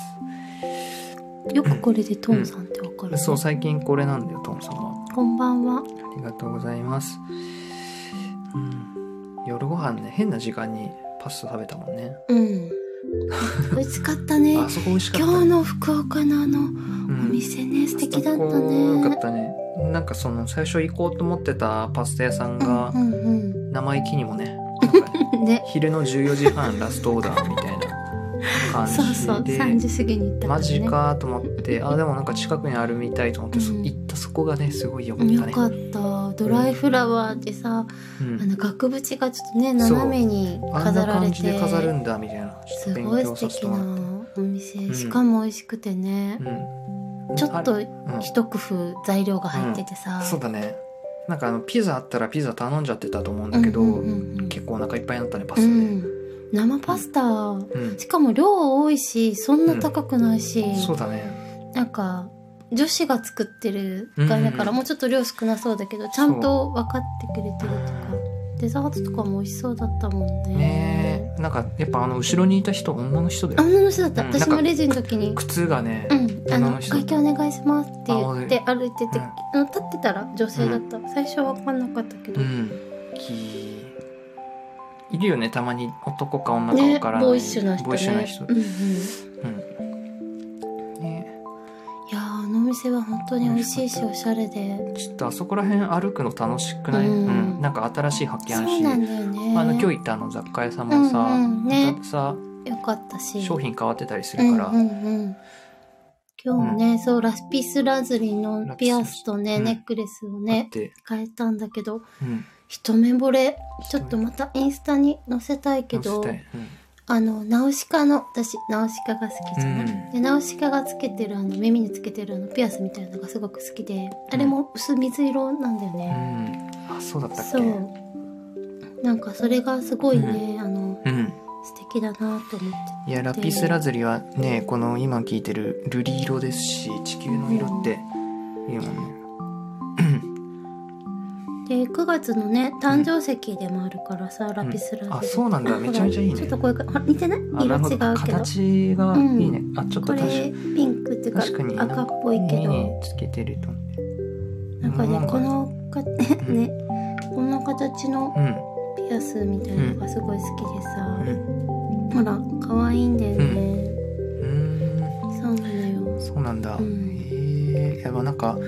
S2: よくこれでトンさんってわかる、ね
S1: そう最近これなんだよトンさんは
S2: こんばんは
S1: ありがとうございます、うん、夜ご飯ね変な時間にパスタ食べたもんね
S2: うん美味しかったね
S1: あそこ美味しかった
S2: 今日
S1: ね
S2: の福岡のあの
S1: う
S2: お
S1: ん
S2: 店ね、素敵だった
S1: あそこよかっ
S2: ね
S1: たねなんかその最初行こうと思ってたパスタ屋さんが
S2: うんうん
S1: 生意気にも ねなんかね
S2: うんで
S1: 昼の14時半ラストオーダーみたいな感じで
S2: そうそう3時過ぎに行ったから
S1: マ
S2: ね
S1: ジかと思ってあでもなんか近くにあるみたいと思って、そ
S2: うん
S1: 行ったそこがねすごい良かったね
S2: よかったドライフラワーでさ、
S1: うん
S2: あの額縁がちょっとね斜めに
S1: あんな
S2: 飾られ
S1: 感じ
S2: て
S1: で飾るんだみたいなちょっと
S2: す
S1: 勉
S2: ごい
S1: 強
S2: 素
S1: させて
S2: 敵
S1: もらって
S2: なお店、
S1: ん
S2: しかも美味しくてね、
S1: うん
S2: ちょっ
S1: あ
S2: と
S1: れうん
S2: 一工夫材料が入っててさ、
S1: そうだねなんかあのピザあったらピザ頼んじゃってたと思うんだけど、
S2: うんうんうん
S1: 結構お腹いっぱいになったねパ
S2: う
S1: スタで、
S2: ん生パスタ、
S1: うん
S2: しかも量多いしそんな高くないし、
S1: そうだね
S2: なんか女子が作ってるからだか
S1: うんう
S2: ら
S1: ん
S2: もうちょっと量少なそうだけどちゃんと分かってくれてるとかデザートとかも美味しそうだったもんね
S1: ねえなんかやっぱあの後ろにいた人女の人だ
S2: あ
S1: よ
S2: 女の人だった、
S1: うん
S2: 私
S1: なん
S2: も
S1: か
S2: レジの時に
S1: 靴がね
S2: 「うんあ
S1: 女
S2: の
S1: の
S2: お
S1: 人
S2: 会計お願いします」って言って歩いてて、
S1: うん
S2: あの立ってたら女性だった、最初は分かんなかったけ
S1: う
S2: ど、
S1: んきいるよねたまに男か女か
S2: ね
S1: わからない、
S2: ボーイッシュな人
S1: ボー
S2: ね
S1: イッシュな人
S2: うんうん、い
S1: うんね
S2: やーあのお店は本当に美味しいしおしゃれで
S1: ちょっとあそこら辺歩くの楽しくない、
S2: う
S1: うんんなんか新しい発見
S2: そ
S1: ある
S2: う
S1: し、
S2: なんだよね、
S1: まあ、あの今日行ったあの雑貨屋さん
S2: う
S1: もさ、
S2: んうんね
S1: またさ
S2: よかったし
S1: 商品変わってたりするから、
S2: うんうんうん、今日ね、そうラピスラズリのピアスと
S1: ラ
S2: ね、
S1: ピス
S2: ネックレスを
S1: あっ
S2: ね
S1: て、
S2: 変えたんだけど
S1: うん、
S2: 一目惚れちょっとまたインスタに載せたいけど
S1: 乗せたいうん
S2: あのナウシカの私ナウシカが好きじゃない、
S1: うん
S2: でナウシカがつけてるあの耳につけてるあのピアスみたいなのがすごく好きであれも薄水色なんだよ
S1: う
S2: ね、
S1: ん、あそうだったっけ
S2: そうなんかそれがすごいね、あの
S1: うん、
S2: 素敵だなと思って
S1: いやラピスラズリはねこの今聴いてる瑠璃色ですし地球の色っていうもんね
S2: で9月のね誕生石でもあるからさ、ラピスラズリ、
S1: あそうなんだめちゃめちゃいい
S2: ちょっ
S1: ね
S2: とこれがあ似てない
S1: あな
S2: 色違
S1: る
S2: う
S1: ほ
S2: け
S1: ど
S2: ど
S1: 形がいいね、あちょっ
S2: こと
S1: 確か
S2: れピンクっていうか
S1: 確かに
S2: 赤っぽいけ
S1: 耳に
S2: ど
S1: つけてると思う
S2: なんかねこのかね、こんな形の
S1: うん
S2: ピアスみたいなのがすごい好きでさ
S1: う、ん
S2: ほら可愛いんだよね、
S1: う
S2: そうなのよ
S1: ーんそうなんだ、
S2: うん
S1: へえいやまあなんか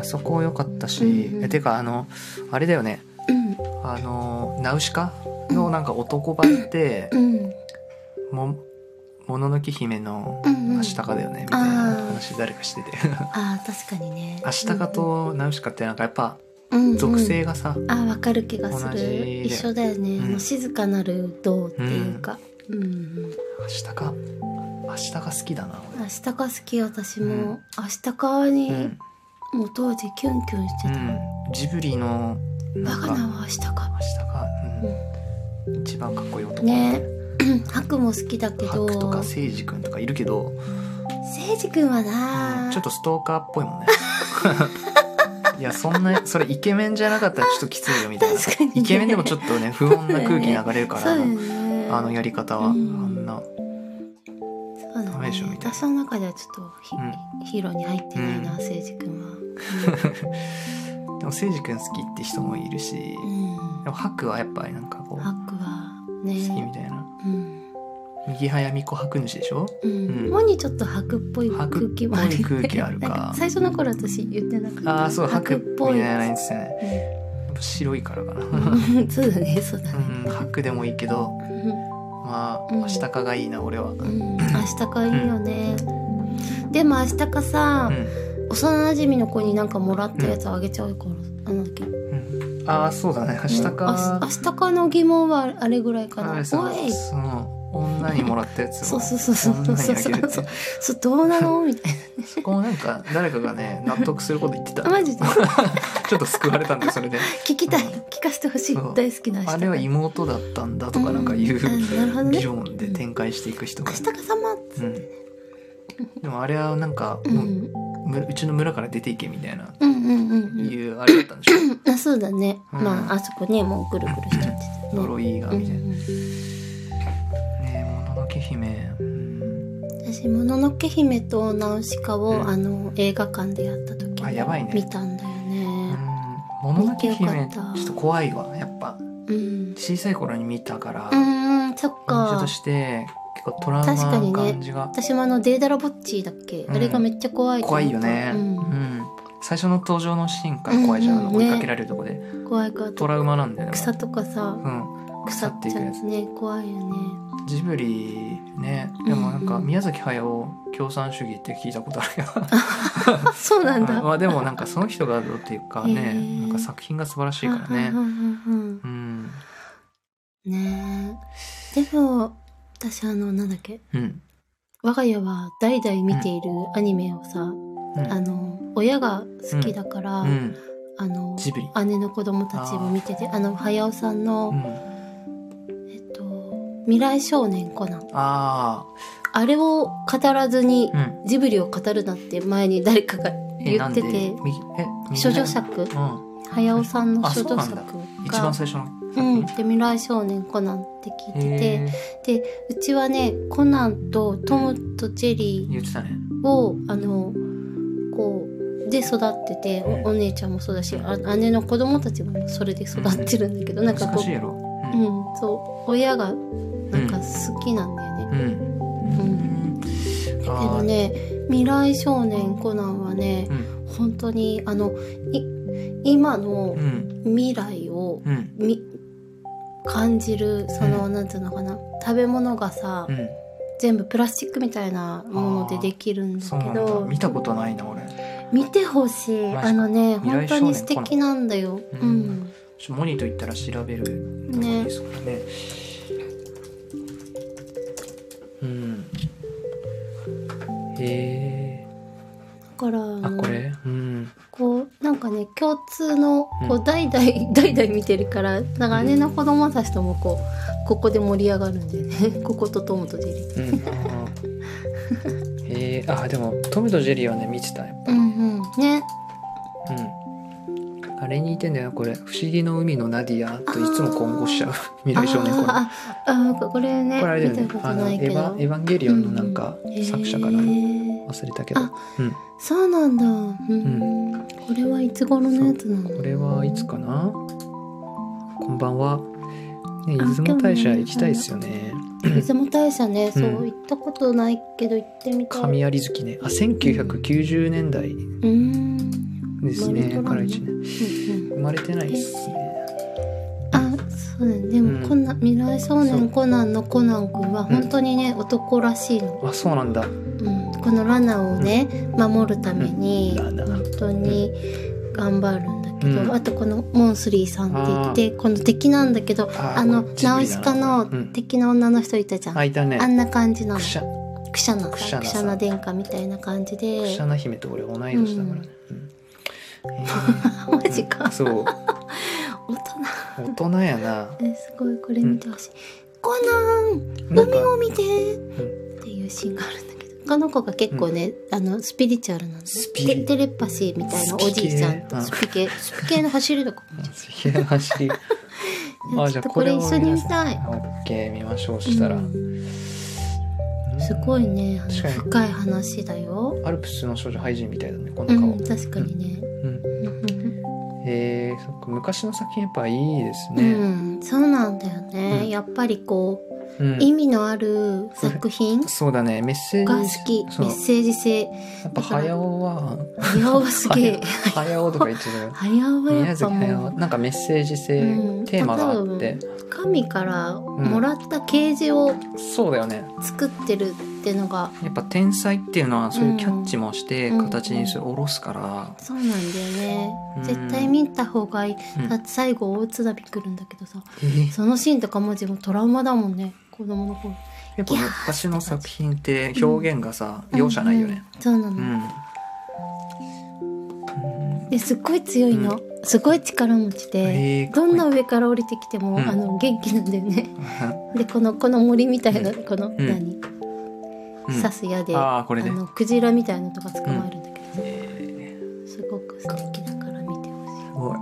S1: あそこ良かったし、
S2: うんうん
S1: えてかあのあれだよね
S2: うん
S1: あのナウシカのなんか男版って
S2: うん
S1: ももののけ姫の
S2: うんうん
S1: アシタカだよねみたいな
S2: あー
S1: 話誰かしてて
S2: あー確かにね
S1: アシタカとナウシカってなんかやっぱ
S2: うんうん
S1: 属性がさ、
S2: あーわかる気がす
S1: 同じだよ
S2: る
S1: ね
S2: 一緒だよね、
S1: うん
S2: あの静かなる銅っていうかうん、
S1: アシタカアシタカ好きだな
S2: 明日が好き私も、
S1: うん
S2: 明日かに、
S1: 俺、うん
S2: もう当時キュンキュンして
S1: う
S2: た、
S1: ん、ジブリのな
S2: 我
S1: ん
S2: が名
S1: か
S2: は明日か
S1: アシタカ、うん一番かっこいい男みたい
S2: ね
S1: な
S2: 白も好きだけ
S1: ハ
S2: ど
S1: クとか誠司くんとかいるけど、
S2: 誠治君はな、
S1: ちょっとストーカーっぽいもんね いやそんなそれイケメンじゃなかったらちょっときついよみたいな、
S2: 確かにね
S1: イケメンでもちょっとね不穏な空気流れるか
S2: そ
S1: ら、
S2: うよね
S1: あのやり方は、
S2: うん
S1: あんな
S2: そうだね
S1: ダメでしょみたいな
S2: 私の中ではちょっとヒ,、
S1: うん
S2: ヒーローに入ってないな
S1: うん
S2: 誠治君は
S1: でも誠司くん好きって人もいるし、
S2: う
S1: で
S2: ん、
S1: もハクはやっぱりなんかこう好
S2: 白は
S1: きみ
S2: ね
S1: たいな
S2: うん、
S1: 右早み子白主でしょ
S2: うん
S1: うん
S2: 本にちょっと白っぽい空気もある、ね、
S1: 白っぽい空気あるか
S2: なん最初の頃私言ってなかった
S1: ああそう白
S2: 白
S1: っ
S2: っ
S1: ぽ
S2: ぽ
S1: い
S2: い
S1: じゃないですよねやっぱ白いからかな う
S2: うんそうだねそうだ
S1: ん
S2: ね、
S1: 白でもいいけど
S2: うん
S1: まあ
S2: うん
S1: 明日かがいいな俺はう
S2: うんん、明日かいいよね、でも明日かさ、幼馴染の子になんかもらったやつあげちゃうから、あなんだっけ
S1: うんああそうだね明日か
S2: あ明日かの疑問はあれぐらいかな
S1: あ
S2: お
S1: れ
S2: い
S1: さ
S2: そう
S1: その女にもらったやつ
S2: そ
S1: を
S2: うそうそうそう
S1: 女にあげるって
S2: そうそうどうな のみたい
S1: そこもなんか誰かが ね納得すること言ってた
S2: な マジで
S1: ちょっと救われたんでそれ で
S2: 聞きたい
S1: うん
S2: 聞かせてほしい
S1: そう
S2: 大好きな明日か
S1: あれは妹だったんだとかなんかいう
S2: うんなるほどね
S1: ビジョンで展開していく人
S2: 明
S1: が
S2: 日か様っ
S1: う
S2: つっ
S1: ん
S2: て、
S1: でもあれはなんか
S2: うん
S1: もうむうちの村から出ていけみたいな
S2: うんうんうんうん
S1: いうあれだったんでしょ
S2: あそうだね、
S1: うん
S2: まああそこねもうぐるぐるしちゃってたね
S1: 呪いが
S2: う
S1: みたい
S2: んうん
S1: なねえもののけ姫うん
S2: 私「もののけ姫」と「ナウシカを」
S1: うん
S2: あの映画館でやった時
S1: あやばいね
S2: 見たんだよ
S1: うん
S2: ね
S1: もののけ姫
S2: 見
S1: ち
S2: てよか
S1: ょ
S2: った
S1: っと怖いわやっぱ
S2: うん
S1: 小さい頃に見たから
S2: うーんそっ
S1: 感情
S2: か
S1: として結構トラウマ
S2: 確か
S1: の
S2: にね
S1: 感じが
S2: 私もあの「デーダラボッチ」だっけ、
S1: うん
S2: あれがめっちゃ怖いと思
S1: 怖
S2: った
S1: いよね、う
S2: うんん
S1: 最初の登場のシーンから怖いじゃん、
S2: うんうん
S1: あの追いかけられるとこで、
S2: 怖い怖い
S1: トラウマなんだよね
S2: 草とかさ
S1: うん、
S2: 腐っちゃうね怖いよね
S1: ジブリねでもなんか
S2: うんうん
S1: 宮崎駿共産主義って聞いたことあるよ
S2: あそうなんだ
S1: まあでもなんかその人がどうっていうか
S2: へ
S1: ね
S2: ー
S1: なんか作品が素晴らしいから
S2: うんう
S1: ね
S2: んうん
S1: うん
S2: うんねえでも私あのなんだっけ
S1: うん
S2: 我が家は代々見ているアニメをさ、
S1: うん
S2: あの親が好きだから、
S1: うん
S2: あの
S1: ジブリ
S2: 姉の子供たちも見ててあの早尾さんの、
S1: うん
S2: えっと「未来少年コナン」
S1: あ
S2: あれを語らずに
S1: あうん
S2: ジブリを語るなって前に誰かが
S1: え
S2: 言
S1: な
S2: っ
S1: ん
S2: て
S1: で
S2: て
S1: みえみんな
S2: 処女作
S1: うん
S2: 早尾さんの
S1: あ
S2: 処
S1: そう
S2: 女
S1: なん
S2: 作
S1: だ一
S2: が
S1: 番最初の
S2: 「うん、で未来少年コナン」って聞いて
S1: へ
S2: て
S1: ー
S2: うちはねコナンとトムとジェリ
S1: 言ってたね
S2: ーをあのこうで育ってておお姉ちゃんもそうだしあ姉の子供たちもそれで育ってるんだけどなんか
S1: 難
S2: こう
S1: しいやろうん
S2: うん、そう親がなんか好きなんだよね、
S1: うん。
S2: ん
S1: で
S2: でも。ね「未来少年コナン」はね
S1: うん。
S2: 本当にあのい今
S1: う
S2: の
S1: ん。
S2: 未来を
S1: うん。
S2: み感じるその、
S1: う
S2: なんていうのかな食べ物がさ、
S1: うん。
S2: 全部プラスチックみたいなものでできるんだ
S1: そう
S2: け
S1: なんだ。
S2: ど
S1: 見たことないな、俺。
S2: 見てほしい
S1: マジか
S2: あのね
S1: 未
S2: 本
S1: 来少
S2: 当
S1: 年
S2: に素敵なんだよ、
S1: ナン
S2: うん
S1: ちょモニと言ったら調べる。
S2: ね
S1: ですからね。うん。へえ。
S2: だからあの
S1: あ、これ。うん。
S2: こうなんかね共通の
S1: う
S2: こう代々、 代々見てるからなんか姉の子供たちともこうここで盛り上がるんだよね こことトムとジェリー。
S1: うん。へえ、あ、でも、トムとジェリーはね、見てた。やっ
S2: うんうん、ね
S1: ぱうん。あれに似てんだよ、これ。不思議の海のナディアといつも混合しちゃう。 未来少年コナン。
S2: あああなんかこれね
S1: これあれだよ
S2: 見
S1: ね
S2: たこ
S1: あ
S2: と
S1: の
S2: ない
S1: エ
S2: け
S1: ヴ
S2: ど
S1: ァ「エヴァンゲリオン」のなんか
S2: へー
S1: 作者から忘れたけど、
S2: あ
S1: うん、
S2: そうなんだ、うんこれはいつ頃のやつなの
S1: これはいつかなこんばんは、ね、
S2: あ
S1: 出雲大社
S2: 今日もね
S1: 行きたいですよね
S2: 出雲大社ね、そうう、
S1: ん
S2: 行ったことないけど行ってみたい。
S1: 神有月ねあ1990年代
S2: うーん。
S1: ですね
S2: 生
S1: か
S2: ま
S1: ら
S2: れてない
S1: 1年
S2: うんうん
S1: 生まれてないですね
S2: あ、そうだね。でも、
S1: うん
S2: コナン、未来少
S1: そう
S2: 年コナンのコナン君は本当にね、男らしいの。
S1: あそうなんだ
S2: うん、このラナをね、守るために
S1: うんラナ
S2: 本当に頑張るんだけど、
S1: うん
S2: あとこのモンスリーさんって言ってこの敵なんだけど
S1: あ
S2: あ
S1: ー
S2: の
S1: こっち
S2: ナウシカ
S1: う
S2: の
S1: ん
S2: 敵の女の人いたじゃん、
S1: あいたね
S2: あんな感じなの
S1: くしゃ
S2: クシャナ
S1: クシャナさん
S2: クシャナ殿下みたいな感じ
S1: く
S2: で
S1: しゃな姫と俺同い年だからね、うんえー
S2: マジか、
S1: そう
S2: 大人
S1: 大人やな
S2: えすごいこれ見てほしい、コナ
S1: な
S2: ン
S1: んか
S2: 海を見てっていうシーンがあるんだけどこの子が結構ね、あのスピリチュアルなんで
S1: スピリ
S2: テテレパシーみたいなおじいちゃんと
S1: ス
S2: スピ系スピ系の走りとかも
S1: ひげ走りあじ
S2: ちょ
S1: ゃあ
S2: っと
S1: こ
S2: こ
S1: れ
S2: れ
S1: を
S2: 一緒に見たい
S1: OK 見ましょうしたら、
S2: うん
S1: うん
S2: すごいねあの
S1: 確かに
S2: 深い話だよ
S1: アルプスの少女ハイジンみたいだねこの
S2: う
S1: 顔、
S2: ん確かにね
S1: うん
S2: うん
S1: えー、そっか昔の作品やっぱいいです
S2: う
S1: ね、
S2: んそうなんだよ
S1: うん
S2: ねやっぱりこ
S1: うん
S2: う意味のある作品が
S1: そうだねメッセージ
S2: 好きメ
S1: そう
S2: ッセージ性
S1: やっぱ早尾は
S2: 早尾 すげえ
S1: 早尾とか言ってたよ
S2: 早尾はや
S1: 宮
S2: っぱ
S1: 崎
S2: も
S1: 駿
S2: う
S1: なんかメッセージ性、
S2: うん
S1: テーマがあって
S2: 神からもらった啓示を
S1: そうだよね
S2: 作ってるってのが
S1: やっぱ天才っていうのはそういうキャッチもして
S2: うん
S1: 形にそれ下ろすから、
S2: そうなんだよね
S1: うん
S2: 絶対見た方がいい
S1: うん
S2: だって最後大津波来るんだけどさ
S1: えー
S2: そのシーンとかも自分トラウマだもんね子供の頃
S1: やっぱ昔の作品って表現がさ、容赦ないよね
S2: うんそうな
S1: う
S2: の、
S1: ん、
S2: ですっごい強いの、すごい力持ちで、
S1: えー
S2: どんな上から降りてきても、
S1: うん
S2: あの元気なんだよね
S1: う
S2: でこのこの森みたいな、
S1: う
S2: この
S1: ん
S2: 何、
S1: ん
S2: 刺す矢で、
S1: あーこれ
S2: あ
S1: ね
S2: のクジラみたいなのとか捕まえるんだけど、すごく素敵だから見てほしい
S1: すごい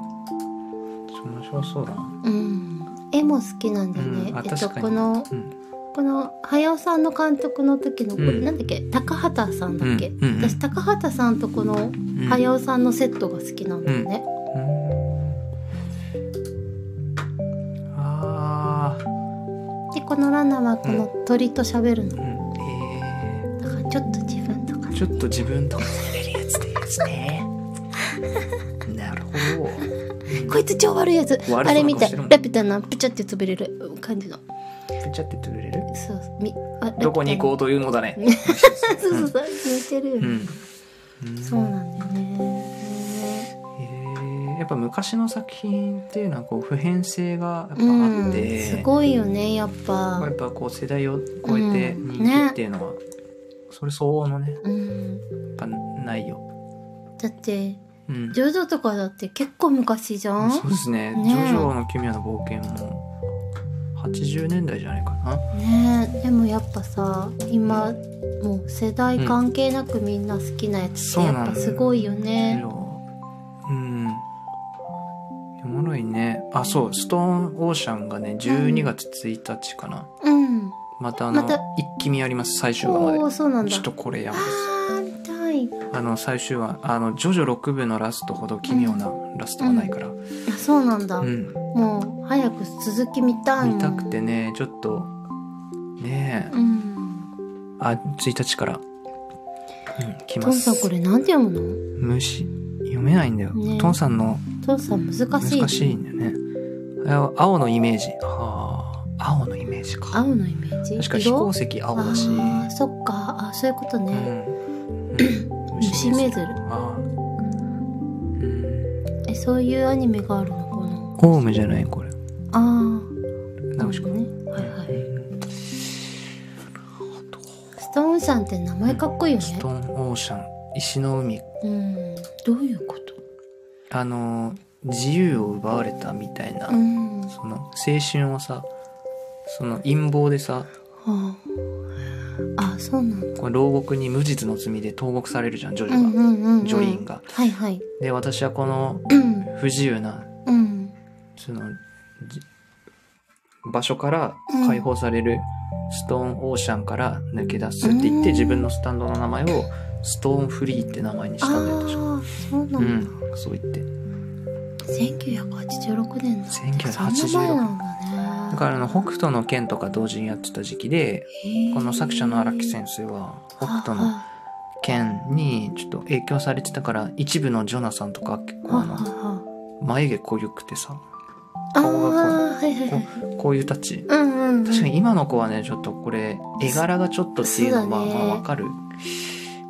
S1: 面白そうだな、
S2: うん絵も好きなんだよね、
S1: うん、あ
S2: えっ
S1: 確
S2: と
S1: かに
S2: この
S1: うん
S2: この早尾さんの監督の時の、これ
S1: うん
S2: なんだっけ高畑さんだっけ、
S1: うんうんうん
S2: 私高畑さんとこの
S1: うん
S2: 早尾さんのセットが好きなんだよね、
S1: うんあー
S2: でこのラナはこの鳥と喋るの
S1: うんえ
S2: だからちょっと自分とか
S1: ー、ちょっと自分と比べるやつです ねなるほど
S2: こいつ超悪いやつ
S1: そうな顔
S2: あれみたい
S1: してるもん
S2: ラピュタのピチャって潰れる感じの
S1: ペチャって潰れる
S2: そうみあ
S1: どこに行こ
S2: う
S1: うというのだね
S2: そうそうそう似てるよ
S1: う
S2: ね、
S1: ん、うん
S2: そうなんだよね
S1: へえやっぱ昔の作品っていうのはこう普遍性がやっぱ
S2: うん
S1: あって、
S2: すごいよねやっ
S1: や
S2: ぱ
S1: っぱこう世代を超えて
S2: うん
S1: 人気っていうのは、それ相応のねや
S2: うん
S1: っぱないよ。
S2: だって
S1: うん、
S2: ジョジョとかだって結構昔じゃん
S1: そうですね
S2: ね
S1: ジョジョの奇妙な冒険」も80年代じゃないかな。
S2: ねえでもやっぱさ今もう世代関係なくみんな好きなやつって
S1: うん
S2: やっぱすごいよ
S1: ジョジ
S2: ね。
S1: ョうんおもろいねあそう「ストーンオーシャン」がね12月1日かな、
S2: うん。
S1: またあの、
S2: また
S1: 一気見やります最終話ま
S2: お
S1: で
S2: おそうなんだ
S1: ちょっ。とこれや
S2: あ
S1: ばいです
S2: ー見たい。
S1: あの最終話あの「ジョジョ6部」のラストほど奇妙なラストはないから、うん
S2: あそうなんだ。もう早く続き見たいもん。
S1: 見たくてねちょっとねえ
S2: うん。
S1: あ1日から、うん、来
S2: ト
S1: ま
S2: ンさん
S1: す
S2: これなんて読むの？
S1: 虫読めないんだよ、
S2: ね
S1: トンさんの
S2: トンさん難しい。
S1: 難しいんだよね青青のイメージあー青のイメージか
S2: 青のイメージ。
S1: 確か飛行
S2: 色？
S1: 石青
S2: あ
S1: だし、
S2: あーそっか。あそういうこと
S1: う
S2: ね。
S1: んうん
S2: 虫めずる。
S1: あーうん
S2: えそういうアニメがあるのこの。
S1: ホームじゃないこれ
S2: ああ。
S1: 直しか
S2: ね。はいはい。
S1: うん
S2: ストーンさんって名前かっこいいよね
S1: ス。トーンオーシャン石の海
S2: うん。どういうこと？
S1: あの自由を奪われたみたいな、
S2: うん。は
S1: その青春をさその陰謀でさ
S2: あ。あ、そうなんだ。
S1: これ牢獄に無実の罪で投獄されるじゃんジョジ
S2: う
S1: ョが、
S2: んうんうん、うん。
S1: ジョリーンが。
S2: はいはい。
S1: で私はこの
S2: うん。
S1: 不自由な
S2: うん。
S1: そのじ場所から解放されるストーンオーシャンから抜け出すって言って、
S2: うん
S1: 自分のスタンドの名前をストーンフリーって名前にし
S2: あ
S1: たんだよ確か
S2: あ、そうな
S1: うん
S2: だ。
S1: ん、そう言って
S2: 1986年だって
S1: 1986
S2: そんな前なんだね
S1: だからあの北斗の剣とか同時にやってた時期でこの作者の荒木先生は北斗の
S2: は
S1: 剣にちょっと影響されてたから一部のジョナサンとか結
S2: あ
S1: 構
S2: は
S1: あの
S2: あ
S1: 眉毛濃ゆくてさ
S2: あ
S1: 顔が
S2: ーはいはいはい
S1: こういうタッチ
S2: うんうんうん
S1: 確かに今の子はねちょっとこれ絵柄がちょっとっていうのは
S2: そうだ
S1: ま
S2: ね
S1: あわかる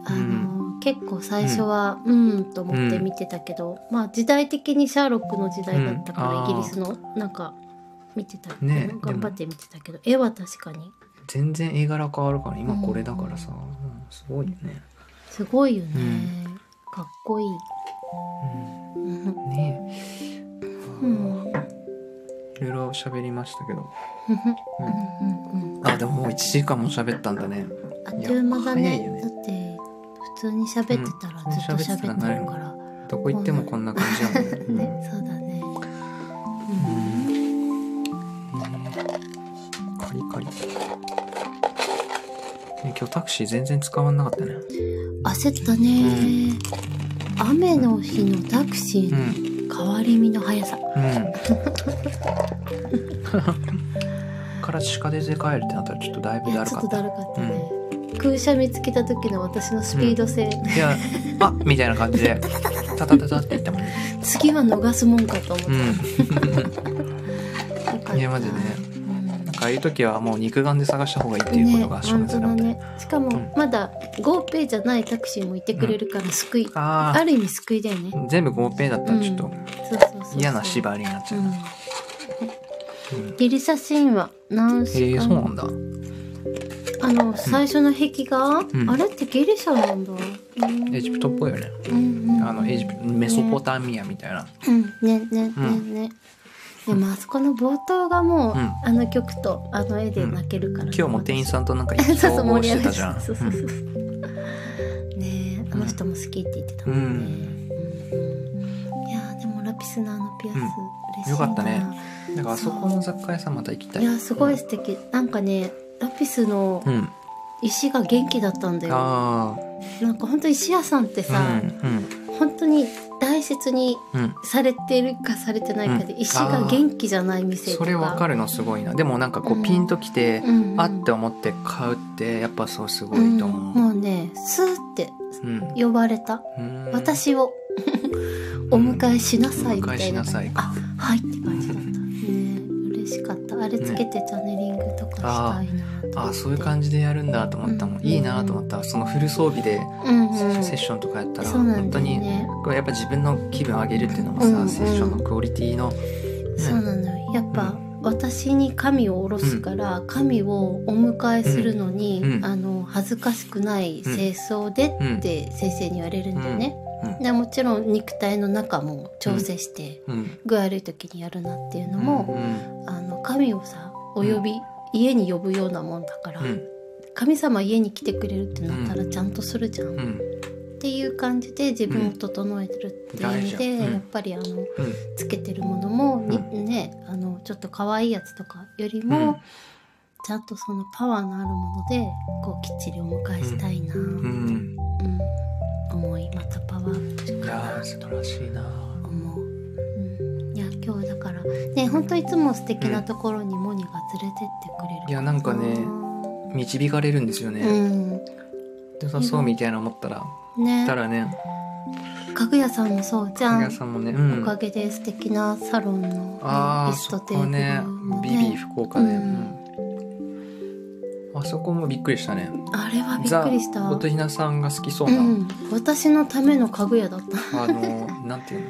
S2: あの結構最初はうんんと思って見てたけど、まあ時代的にシャーロックの時代だったから、
S1: うんあー
S2: イギリスのなんか見てた、
S1: ねえ
S2: 頑張って見てたけど絵は確かに
S1: 全然絵柄変わるから今これだからさ、うんすごいよね、
S2: すごいよね、
S1: う
S2: かっこいい、うん
S1: うん、ね
S2: う
S1: え、
S2: んうん
S1: いろいろ喋りましたけど
S2: うんうん
S1: あでももう1時間も喋ったんだね
S2: あっという間だね
S1: いや早いよね
S2: だって普通に喋ってたらずっと喋ってるから、
S1: どこ行ってもこんな感じやもん、ね
S2: ねそうだね、
S1: カリカリ、ね、今日タクシー全然使わなかったね
S2: うん、焦ったね、雨の日のタクシー
S1: う
S2: の
S1: ん
S2: 変わり身の速さ、
S1: うん から鹿で出帰るってなったらちょっとだいぶ
S2: い
S1: だ
S2: や
S1: る
S2: ちょ
S1: か
S2: っ
S1: っ
S2: と
S1: た
S2: だるかったね、空車見つけた時の私のスピード性、
S1: いやあみたいな感じでタタタタって言ったもんね
S2: 次は逃すもんかと思っ
S1: う
S2: て、
S1: ん
S2: よかった
S1: いやマジね
S2: うん
S1: なんかああいう時はもう肉眼で探した方がいいっていうことが証明された、
S2: ね本当だねしかも、
S1: うん
S2: まだ GoPay じゃないタクシーもいてくれるから救い、
S1: あ
S2: ある意味救いだよね
S1: あ全部 GoPay だったらちょっと
S2: そうそうそうそう
S1: 嫌な縛りになっちゃうな
S2: うんギリシャ神話何
S1: へ
S2: し
S1: え
S2: か、
S1: そうなんだ
S2: あの最初の壁画、
S1: ん
S2: あれってギリシャなんだ
S1: エジプトっぽいよね
S2: うんうん
S1: あのエジプトメソポタミアみたいな
S2: うんねねね
S1: うん
S2: ね、でもあそこの冒頭がもう、
S1: うん
S2: あの曲とあの絵で泣けるから、
S1: 今日も店員
S2: ん
S1: さんとなんか
S2: そうそう
S1: 競合
S2: 盛り
S1: し
S2: 上
S1: て
S2: が
S1: た
S2: っ
S1: じゃん
S2: そうそうそうそうねえあの人も好きって言ってたもんね、うんいやーでもラピスのあのピアス、
S1: うん
S2: 嬉しいな
S1: よかったねうんだからあそこの雑貨屋さんまた行きたい
S2: いやすごい素敵なんかねラピスの
S1: うん
S2: 石が元気だったんだよ、
S1: あ
S2: なんか本当石屋さんって
S1: あ
S2: さ
S1: う、ん
S2: 本当に大切に
S1: うんうん
S2: されてるかされてないかで、
S1: うん
S2: 石が元気じゃない店と
S1: そ
S2: か
S1: れわかるのすごいなでもなんかこ
S2: うん
S1: うピンときて
S2: うんうん
S1: あって思って買うってやっぱそうすご
S2: うん
S1: いと思
S2: も
S1: う
S2: うねスーって
S1: うん
S2: 呼ばれた、
S1: うん
S2: 私をお迎えしなさいみた
S1: お迎
S2: いな感じ
S1: えしなさい
S2: あはいって感じだったね嬉しかったあれつけてチャネリングとかしたいなと思って、
S1: あーそういう感じでやるんだと思ったもん、
S2: うん
S1: いいなと思ったそのフル装備で
S2: うんうん、
S1: セッションとかやったら、
S2: そうなん
S1: 本
S2: だ
S1: 当
S2: よ
S1: に
S2: ね
S1: これやっぱ自分の気分上げるっていうのもさ、
S2: うんうん
S1: セッションのクオリティの、ね、
S2: そうなのよやっぱ、私に神を下ろすから、神をお迎えするのに、
S1: うん
S2: あの恥ずかしくない清掃でって先生に言われるんだよね、
S1: うん
S2: でもちろん肉体の中も調整して、
S1: うん
S2: 具合悪い時にやるなっていうの
S1: う
S2: も、
S1: ん
S2: あの神をさお呼び、家に呼ぶようなもんだから、
S1: うん
S2: 神様家に来てくれるってなったらちゃんとするじゃん、
S1: うんうん
S2: っていう感じで自分を整えてるっていう意味で、
S1: うん大事うん
S2: やっぱりあの
S1: うん
S2: つけてるものも、に
S1: う
S2: ねあのちょっと可愛いやつとかよりも、
S1: うん
S2: ちゃんとそのパワーのあるものでこうきっちりお迎えしたいな、うん
S1: うん
S2: 思いまたパワーアップしよう
S1: い
S2: か
S1: や
S2: な
S1: ー素晴らしいな
S2: と思う、うん、いや今日だからね本当いつも素敵なところにモニが連れてってくれる
S1: いやなんかね導かれるんですよね、でさそうみたいな思ったら、
S2: うんね
S1: たらね
S2: 家具屋さんもそうじゃ
S1: お
S2: ん
S1: 客さんもね、う
S2: おか
S1: ん、
S2: げで素敵なサロンの
S1: あ
S2: リ
S1: あ
S2: スト
S1: そ
S2: テー
S1: こ
S2: ブル
S1: ね
S2: も
S1: ビ
S2: ね
S1: ビー福岡で、
S2: う
S1: うんんあそこもびっくりしたね
S2: あれはびっくりした
S1: ザ琴ひなさんが好きそう
S2: う
S1: な、
S2: ん、私のための家具屋だった
S1: あのなんていうの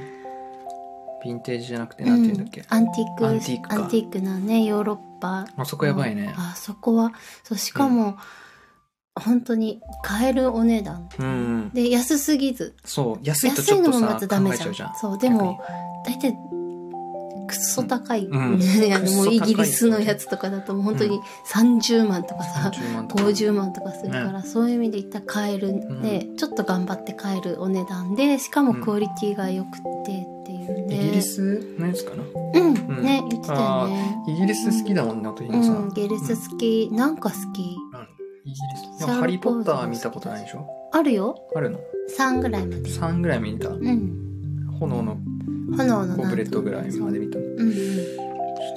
S1: ヴィンテージじゃなくてなんていうんだっけ、
S2: アンティーク
S1: アンティークか
S2: アンティークなねヨーロッパ
S1: あそこやばいね
S2: あそこはそうしかも、本当に買えるお値段
S1: うん、うん、
S2: で安すぎず
S1: そう安いとち
S2: 安い
S1: ょっ
S2: の
S1: と
S2: もま
S1: さ
S2: ずダ
S1: 考
S2: メ
S1: え
S2: じ
S1: ち
S2: ゃ
S1: ゃ
S2: ん
S1: うじゃん
S2: そうでも大体くっそ高 い、
S1: うん
S2: あのも
S1: く
S2: う
S1: っそ高い
S2: イギリスのやつとかだともう本当に30万とかさ、
S1: 30万とか
S2: 50万とかするから、そういう意味で一旦買えるんで、ちょっと頑張って買えるお値段でしかもクオリティが良くてっていうね、
S1: イギリスのやつかな
S2: うん、
S1: うん
S2: ね言ってたよね
S1: イギリス好きだもんね音ひ
S2: う
S1: なさん、
S2: んイギリス好き、なんか好き
S1: イギリス
S2: シャーロック
S1: でもハリー・ポッターは見たことないでしょ
S2: あるよ
S1: あるの
S2: 3ぐらいまで
S1: 3ぐらい見た
S2: うん
S1: 炎の
S2: 花はな
S1: ゴブレットぐらいまで見たの
S2: うんうん
S1: ち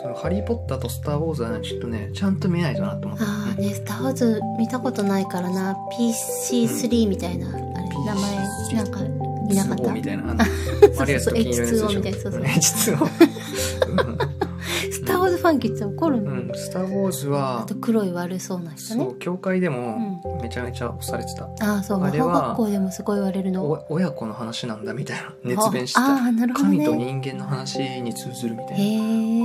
S1: ょっと「ハリー・ポッター」と「スター・ウォーズ」はねちょっとねちゃんと見ないとなと思った
S2: ああ
S1: うん
S2: ね「スター・ウォーズ」見たことないからな PC3 みたいな、あれ名前なんかいなかっ
S1: X2O
S2: た
S1: みたい なあの
S2: そう
S1: マリアスと金色のやつでしょ
S2: X2O みたいなそう そう
S1: X2O
S2: スター・ウォーズファンキーって怒る
S1: う
S2: の、
S1: んうんスター・ウォーズ
S2: あ
S1: は
S2: と黒い悪そうな人
S1: そ
S2: ね
S1: う教会でもめちゃめちゃ押されてた
S2: ああそう
S1: あ
S2: 魔
S1: れは
S2: 法学校でもすごい言われるの
S1: お親子の話なんだみたいな熱弁して
S2: あ
S1: た
S2: あなるほど
S1: 神と
S2: ね
S1: 人間の話に通ずるみた
S2: へ
S1: い
S2: え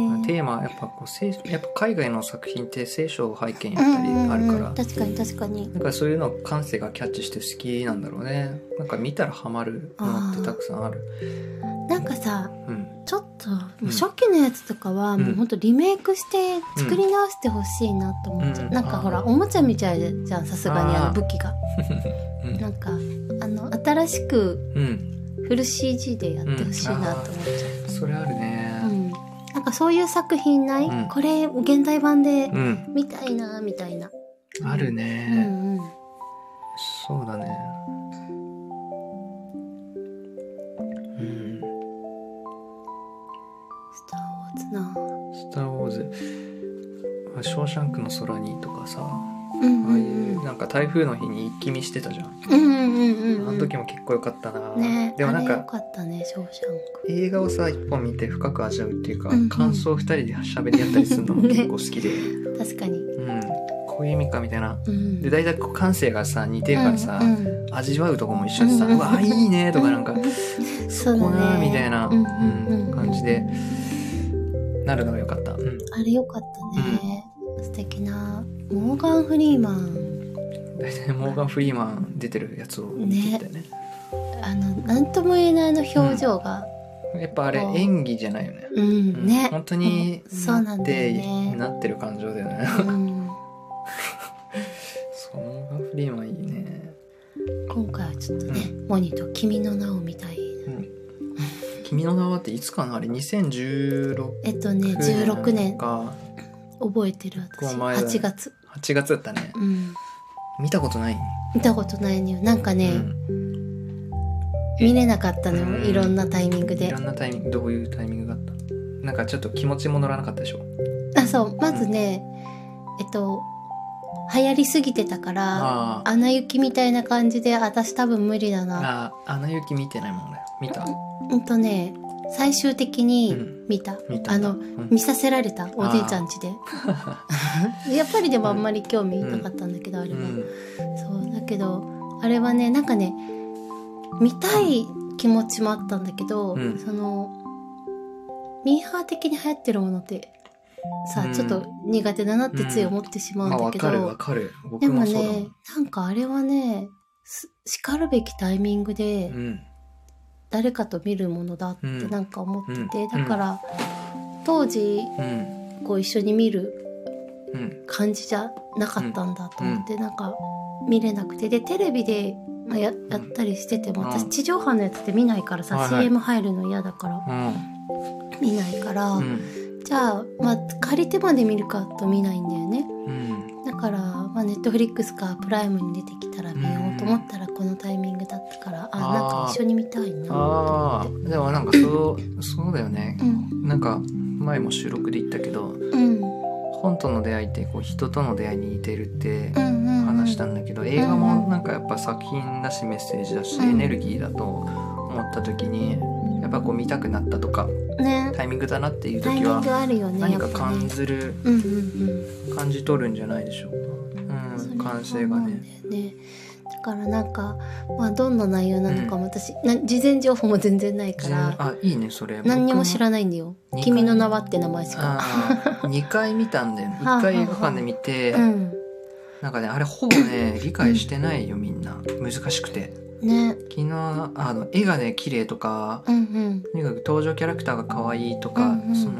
S1: なテーマやっぱこう聖やっぱ海外の作品って聖書を背景に
S2: う
S1: やったり
S2: ん
S1: ある
S2: う
S1: か
S2: んう
S1: ら
S2: ん、確かに確かに
S1: なんかそういうのを感性がキャッチして好きなんだろうねなんか見たらハマるものってたくさんある
S2: なんかさ
S1: うん
S2: ちょっともううん初期のやつとかは
S1: ん
S2: もうほんとリメイクして作り直してほしいなと思っちゃう、
S1: うん
S2: なんかほら
S1: あー
S2: おもちゃみたいじゃんさすがに
S1: あ
S2: あ
S1: ー
S2: の武器が
S1: うん
S2: なんかあの新しく
S1: うん
S2: フル CG でやってほしいなと思っち
S1: それある
S2: ゃう、う
S1: ね
S2: んなんかそういう作品ない、
S1: うん
S2: これ現代版で
S1: うん
S2: 見たいなみたいな、
S1: ある
S2: う
S1: ね
S2: んうん、
S1: そうだねうん
S2: スター・ウォーズな
S1: 「スター・ウォーズ」「ショーシャンクの空に」とかさあ
S2: うんう
S1: あい
S2: ん
S1: うなんか台風の日に一気見してたじゃん
S2: うんうん
S1: あ
S2: うんう
S1: の
S2: ん
S1: 時も結構良かったな
S2: ね
S1: でもなん
S2: あれよ
S1: か
S2: かったねショーシャンク
S1: 映画をさ一本見て深く味わうっていうか
S2: うんうん
S1: 感想を二人で喋り合ったりするのも結構好きで
S2: 確かに、
S1: うんこういう意味かみたいな
S2: うん、
S1: で大体こう感性がさ似てるからさ
S2: うんうん
S1: 味わうとこも一緒でさ「
S2: うんうん
S1: うわいいね」とかなんか
S2: そう
S1: こう
S2: だ
S1: な
S2: ね
S1: みたいな、
S2: うんうん
S1: う
S2: うんん、
S1: 感じでなるのが良かった、うん、
S2: あれよかったね、素敵なモーガン・フリーマン
S1: 大体モーガン・フリーマン出てるやつを見てたよね
S2: あの何とも言えないあの表情が、
S1: やっぱあれ
S2: そう
S1: 演技じゃないよね、
S2: うん
S1: うん
S2: ね
S1: 本当に
S2: うんそうなんだよね
S1: なってる感情だよね
S2: うん
S1: そうモーガン・フリーマンいいね
S2: 今回はちょっとね、モニと君の名をみたい
S1: 「君の名は」っていつかなあれ2016
S2: えっとね16年
S1: か
S2: 覚えてる私
S1: この前だね
S2: 8月、
S1: 8月だったね
S2: うん、
S1: 見たことない
S2: 見たことないのよなんかね、
S1: うん
S2: 見れなかったのよ、
S1: うん
S2: いろんなタイミング
S1: い
S2: で
S1: ろんなタイミングどういうタイミングがあったなんかちょっと気持ちも乗らなかったでしょ
S2: あそうまずね、えっと流行りすぎてたから
S1: ああ
S2: 穴行きみたいな感じで私多分無理だな
S1: ああ「アナ雪」見てないもんね見た
S2: うんとね最終的
S1: う
S2: に
S1: ん
S2: 見た,、
S1: 見た
S2: あ
S1: う
S2: の
S1: ん
S2: 見させられたおじいちゃん家で やっぱりでもあんまり興味なかったんだけど、あれ
S1: う
S2: は、
S1: ん
S2: そうだけどあれはねなんかね見たい気持ちもあったんだけど、
S1: うん
S2: そのミーハー的に流行ってるものってさ、
S1: うん
S2: ちょっと苦手だなってつい思ってしまうん
S1: まあ
S2: だ
S1: わ
S2: けど、
S1: かるわかる僕
S2: でも
S1: もそうだもん
S2: ねなんかあれはねすしかるべきタイミングで、
S1: うん
S2: 誰かと見るものだって
S1: うん
S2: なんか思ってて、
S1: うん
S2: だから、当時
S1: うん
S2: こう一緒に見る
S1: うん
S2: 感じじゃなかったんだと思って、なんか見れなくてでテレビで、まあ、ややったりしてても、
S1: うん
S2: 私地上波のやつって見ないからさ、
S1: はいはい
S2: CM 入るの嫌だから
S1: うん
S2: 見ないから、
S1: うん
S2: じゃあ、まあ、借りてまで見るかと見ないんだよね
S1: うん
S2: だから、まあ、ネットフリックスかプライムに出てきたら見ようと思ったらこのタイミングだったから、あ
S1: あー
S2: なんか一緒に見たいなと思
S1: あ
S2: って。
S1: あでもなんかそうそうだよね
S2: うん
S1: なんか前も収録で言ったけど
S2: うん
S1: 本との出会いってこう人との出会いに似てるって
S2: うんうんうん
S1: 話したんだけど映画もなんかやっぱ作品だしメッセージだし
S2: うん
S1: エネルギーだと思った時にやっぱこう見たくなったとか
S2: ね
S1: タイミングだなっていう
S2: タイ
S1: 時
S2: ミン
S1: は
S2: グあるよね
S1: 何
S2: や
S1: か
S2: っぱ
S1: 感
S2: ね
S1: じる
S2: うんうん
S1: 感じ取るんじゃないでしょうか
S2: う
S1: うんん感性がね
S2: そうなんだよねだからなんか、まあ、どんな内容なのかも私、な事前情報も全然ないから
S1: あいいねそれ
S2: 何にも知
S1: 僕
S2: らないんだよ
S1: 二回
S2: 「君の名は」って名前しか
S1: あ あ2回見たんだよ
S2: はあ
S1: 1回映画館で見て、
S2: うん
S1: なんかねあれほぼね 理解してないよみんな難しくて
S2: ね
S1: 昨日あの絵がね綺麗とか
S2: うんうん
S1: とにかく登場キャラクターが可愛いとか、
S2: うんうん
S1: その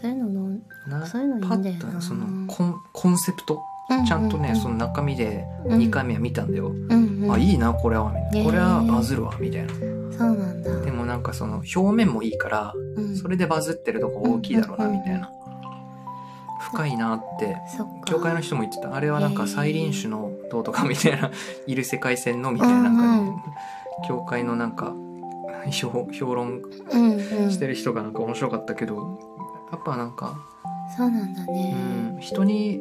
S2: そういうのの
S1: な
S2: そういうのいいんだよな
S1: パッとそのコンコンセプト
S2: うう
S1: ちゃんとね、
S2: う
S1: その中身で
S2: うん
S1: 2回目は見たんだよ、
S2: うんうん
S1: あいいなこれはみたいな
S2: へー
S1: これはバズるわみたいな
S2: そうなんだ
S1: でもなんかその表面もいいから
S2: うん
S1: それでバズってるとこ大きいだろうな
S2: うん
S1: みたいな深いなって
S2: そっか
S1: 教会の人も言ってたあれはなん
S2: へ
S1: か
S2: ー
S1: 再臨種の 塔とかみたいないる世界線のみたいななんかね、
S2: うんうん
S1: 教会のなんか評評論
S2: うんうん
S1: してる人がなんか面白かったけど、やっぱなんか、
S2: そうなんだ
S1: う
S2: ね、
S1: ん、人に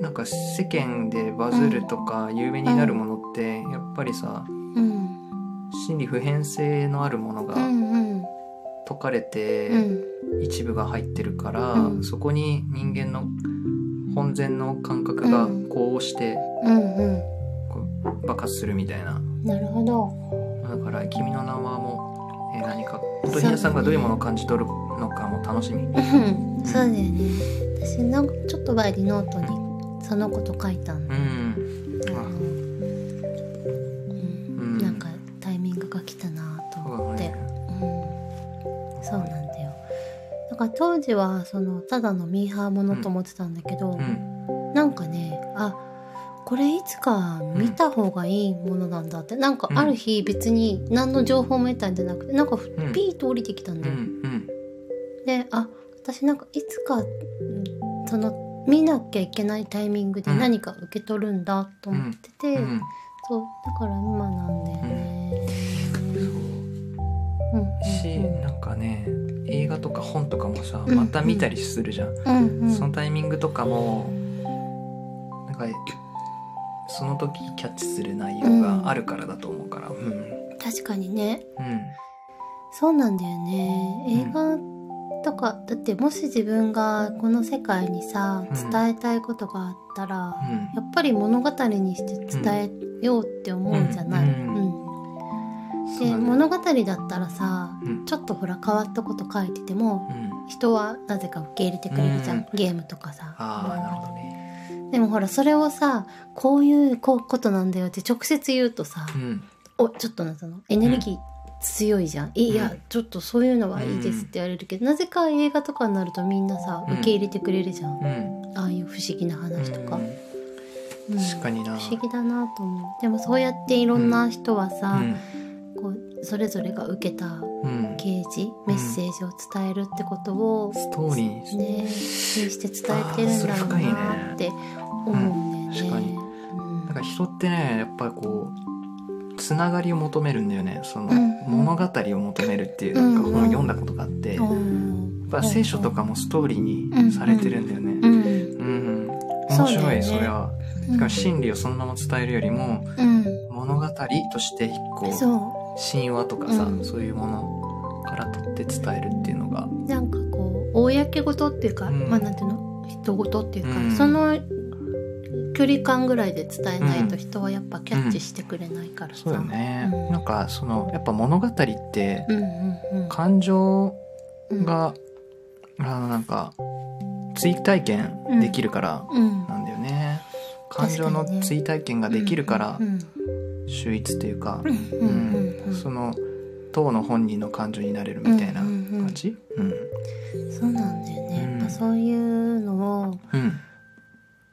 S1: なんか世間でバズるとか有名になるものってやっぱりさ
S2: うん、
S1: 心理普遍性のあるものが
S2: うんうん
S1: 解かれて
S2: うん
S1: 一部が入ってるから、
S2: うん
S1: そこに人間の本然の感覚が
S2: うん
S1: こうして
S2: うんうん
S1: 爆発するみたいな。
S2: なるほど
S1: だから「君の名は」も、えー何か音ひなさんがどういうものを感じ取るのかも楽しみ。
S2: うんそうだよね私なんかちょっと前にノートにそのこと書いたん
S1: う
S2: だ
S1: ん、
S2: けど、
S1: あ
S2: うん
S1: うん
S2: なんかタイミングが来たなと
S1: そう
S2: 思
S1: だ
S2: って、
S1: ね
S2: うん、そうなんだよだから当時はそのただのミーハーものと思ってたんだけど、
S1: うん
S2: なんかねあこれいつか見た方がいいものなんだって、なんかある日別に何の情報も得たんじゃなくてなんかふ
S1: うん
S2: ピーッと降りてきたん
S1: う
S2: だよ、
S1: ん
S2: であ私なんかいつかうんその見なきゃいけないタイミングで
S1: うん
S2: 何か受け取るんだと思ってて、
S1: うんうん
S2: そうだから今なんだよね。うんうん
S1: しなんかね映画とか本とかもさ
S2: うん
S1: また見たりするじゃん、
S2: うんうん
S1: そのタイミングとかもなんかその時キャッチする内容があるからだと思うからうんうん
S2: 確かにねそうなんだよね映画とか、だってもし自分がこの世界にさ
S1: うん
S2: 伝えたいことがあったら、
S1: うん
S2: やっぱり物語にして伝えようって思うじゃない、
S1: うんうん
S2: うん
S1: そう
S2: で
S1: だね
S2: 物語だったらさ
S1: うん
S2: ちょっとほら変わったこと書いてても
S1: うん
S2: 人はなぜか受け入れてくれるじゃん、
S1: うん
S2: ゲームとかさ
S1: ああなるほどね
S2: でもほらそれをさこういうこうことなんだよって直接言うとさ、
S1: うん
S2: おちょっとなんかそのエネルギー強いじゃん、いや
S1: うん
S2: ちょっとそういうのはいいですって言われるけど、なぜか映画とかになるとみんなさ
S1: うん
S2: 受け入れてくれるじゃん、
S1: うん
S2: ああいう不思議な話とか、
S1: う
S2: うん
S1: ん確かにな
S2: 不思議だなと思うでもそうやっていろんな人はさ、こうそれぞれが受けた
S1: うんうん
S2: ゲージメッセージを伝えるってことを、
S1: ストーリー
S2: ね、にして伝えてるんだろうなって思うんだよね。うん
S1: なんか人ってねやっぱりこうつながりを求めるんだよねその、
S2: うん
S1: 物語を求めるっていう
S2: う
S1: なんんか本を読んだことがあって、やっ
S2: うん
S1: ぱ聖書とかもストーリーにされてるんだよね。
S2: うん
S1: うん、
S2: そ
S1: 面
S2: うだ
S1: 白
S2: よね
S1: いそ,、れは。しかも真理をそのまま伝えるよりも
S2: うん
S1: 物語として一個
S2: そう
S1: 神話とかさ、
S2: うん
S1: そういうものから取って伝えるっていうのが。
S2: なんかこう公事っていうか、
S1: うん
S2: まあなんていうの人事っていうか、
S1: うん
S2: その距離感ぐらいで伝えないと人はやっぱキャッチしてくれないからさ。
S1: そうよね、
S2: うん
S1: なんかそのやっぱ物語って
S2: うんうんうん
S1: 感情
S2: うん
S1: が、あのなんか追体験できるから
S2: うん
S1: なんだよね、
S2: 確か
S1: 感
S2: にね
S1: 情の追体験ができるから
S2: うん
S1: 秀逸というか
S2: う、んうんうんうん
S1: その当の本人の感情になれるみたいな
S2: うんうんうん
S1: 感じうん
S2: そうなんだよね、
S1: うん
S2: やっぱそういうのを
S1: うん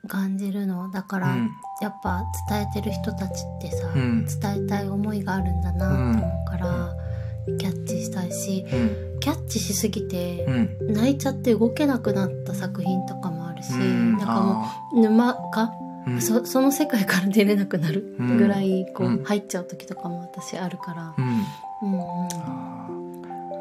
S2: 感じるのだから、やっぱ伝えてる人たちってさ、
S1: うん
S2: 伝えたい思いがあるんだなと思うから、キャッチしたいし
S1: うん
S2: キャッチしすぎて、
S1: うん
S2: 泣いちゃって動けなくなった作品とかもあるし、
S1: うん
S2: なんかも
S1: あ
S2: う沼か、
S1: ーうん
S2: そその世界から出れなくなる
S1: うん
S2: ぐらいこう、
S1: うん
S2: 入っちゃう時とかも私あるから、
S1: うん
S2: うんうん、
S1: あ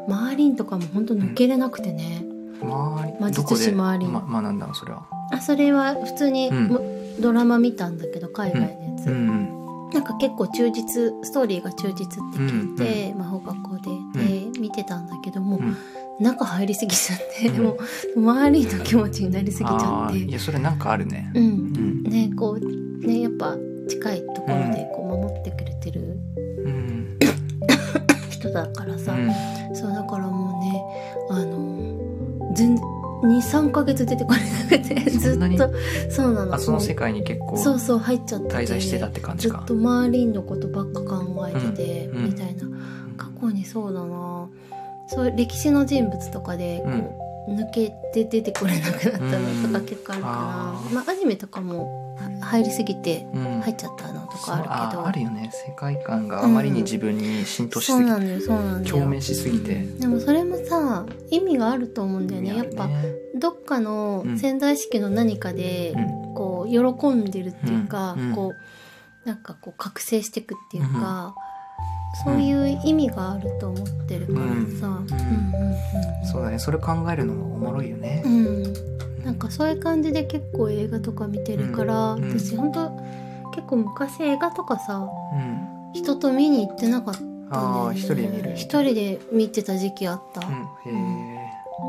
S2: マーリンとかも本当抜けれなくてね、
S1: ー周り
S2: 魔術師
S1: どこで
S2: 周り
S1: ま学んだのそれは
S2: あそれは普通に、
S1: うん
S2: もドラマ見たんだけど海外のやつ、
S1: うん
S2: なんか結構忠実ストーリーが忠実って聞いて、魔法学校で,で、見てたんだけども、
S1: うん
S2: 中入りすぎちゃって、
S1: うん
S2: もう周りの気持ちになりすぎちゃ
S1: あ
S2: っ
S1: あーい
S2: て。
S1: やそれなんかあるね
S2: うん
S1: うん
S2: ねこうねやっぱ近いところでこう守ってくれてる
S1: うん
S2: 人だから
S1: う
S2: さ、
S1: ん
S2: そうだからもうねあの全23ヶ月出てこれなくてず
S1: そんな
S2: っ
S1: に
S2: とそうなの
S1: あその世界に結構
S2: そうそう入っちゃってて
S1: 滞在してたって感じ
S2: ず
S1: か
S2: っと周りのことばっか考えてて、
S1: うんうん
S2: みたいな過去にそうだなそう歴史の人物とかでこう、
S1: うん
S2: 抜けて出てこれなくなったのとか結構あ
S1: う
S2: るから、
S1: ん
S2: まあアニメとかもは入りすぎて
S1: うん
S2: 入っちゃったのと
S1: そう
S2: かあるけど
S1: あるよね世界観があまりに自分に浸透しすぎ
S2: そうな
S1: て、
S2: んだよそうなんだ
S1: 共
S2: よ
S1: 鳴しすぎて、
S2: でもそれもさ意味があると思うんだよね
S1: 意味あ
S2: やっ
S1: る
S2: ぱ
S1: ね
S2: どっかの
S1: うん
S2: 潜在意識の何かで、こう喜んでるっていうか、
S1: うんうん
S2: こうなんかこう覚醒していくっていうか、そういう意味があると思ってるからさ、
S1: うん
S2: うんうん
S1: そうだねそれ考えるのもおもろいよね
S2: う、ん、なんかそういう感じで結構映画とか見てるから、
S1: うん
S2: 私ほんと結構昔映画とかさ
S1: うん、
S2: 人と見に行ってなかったんだ
S1: あ
S2: よ
S1: あ
S2: ね
S1: 一人で見る
S2: 一人で見てた時期あった、
S1: うんへ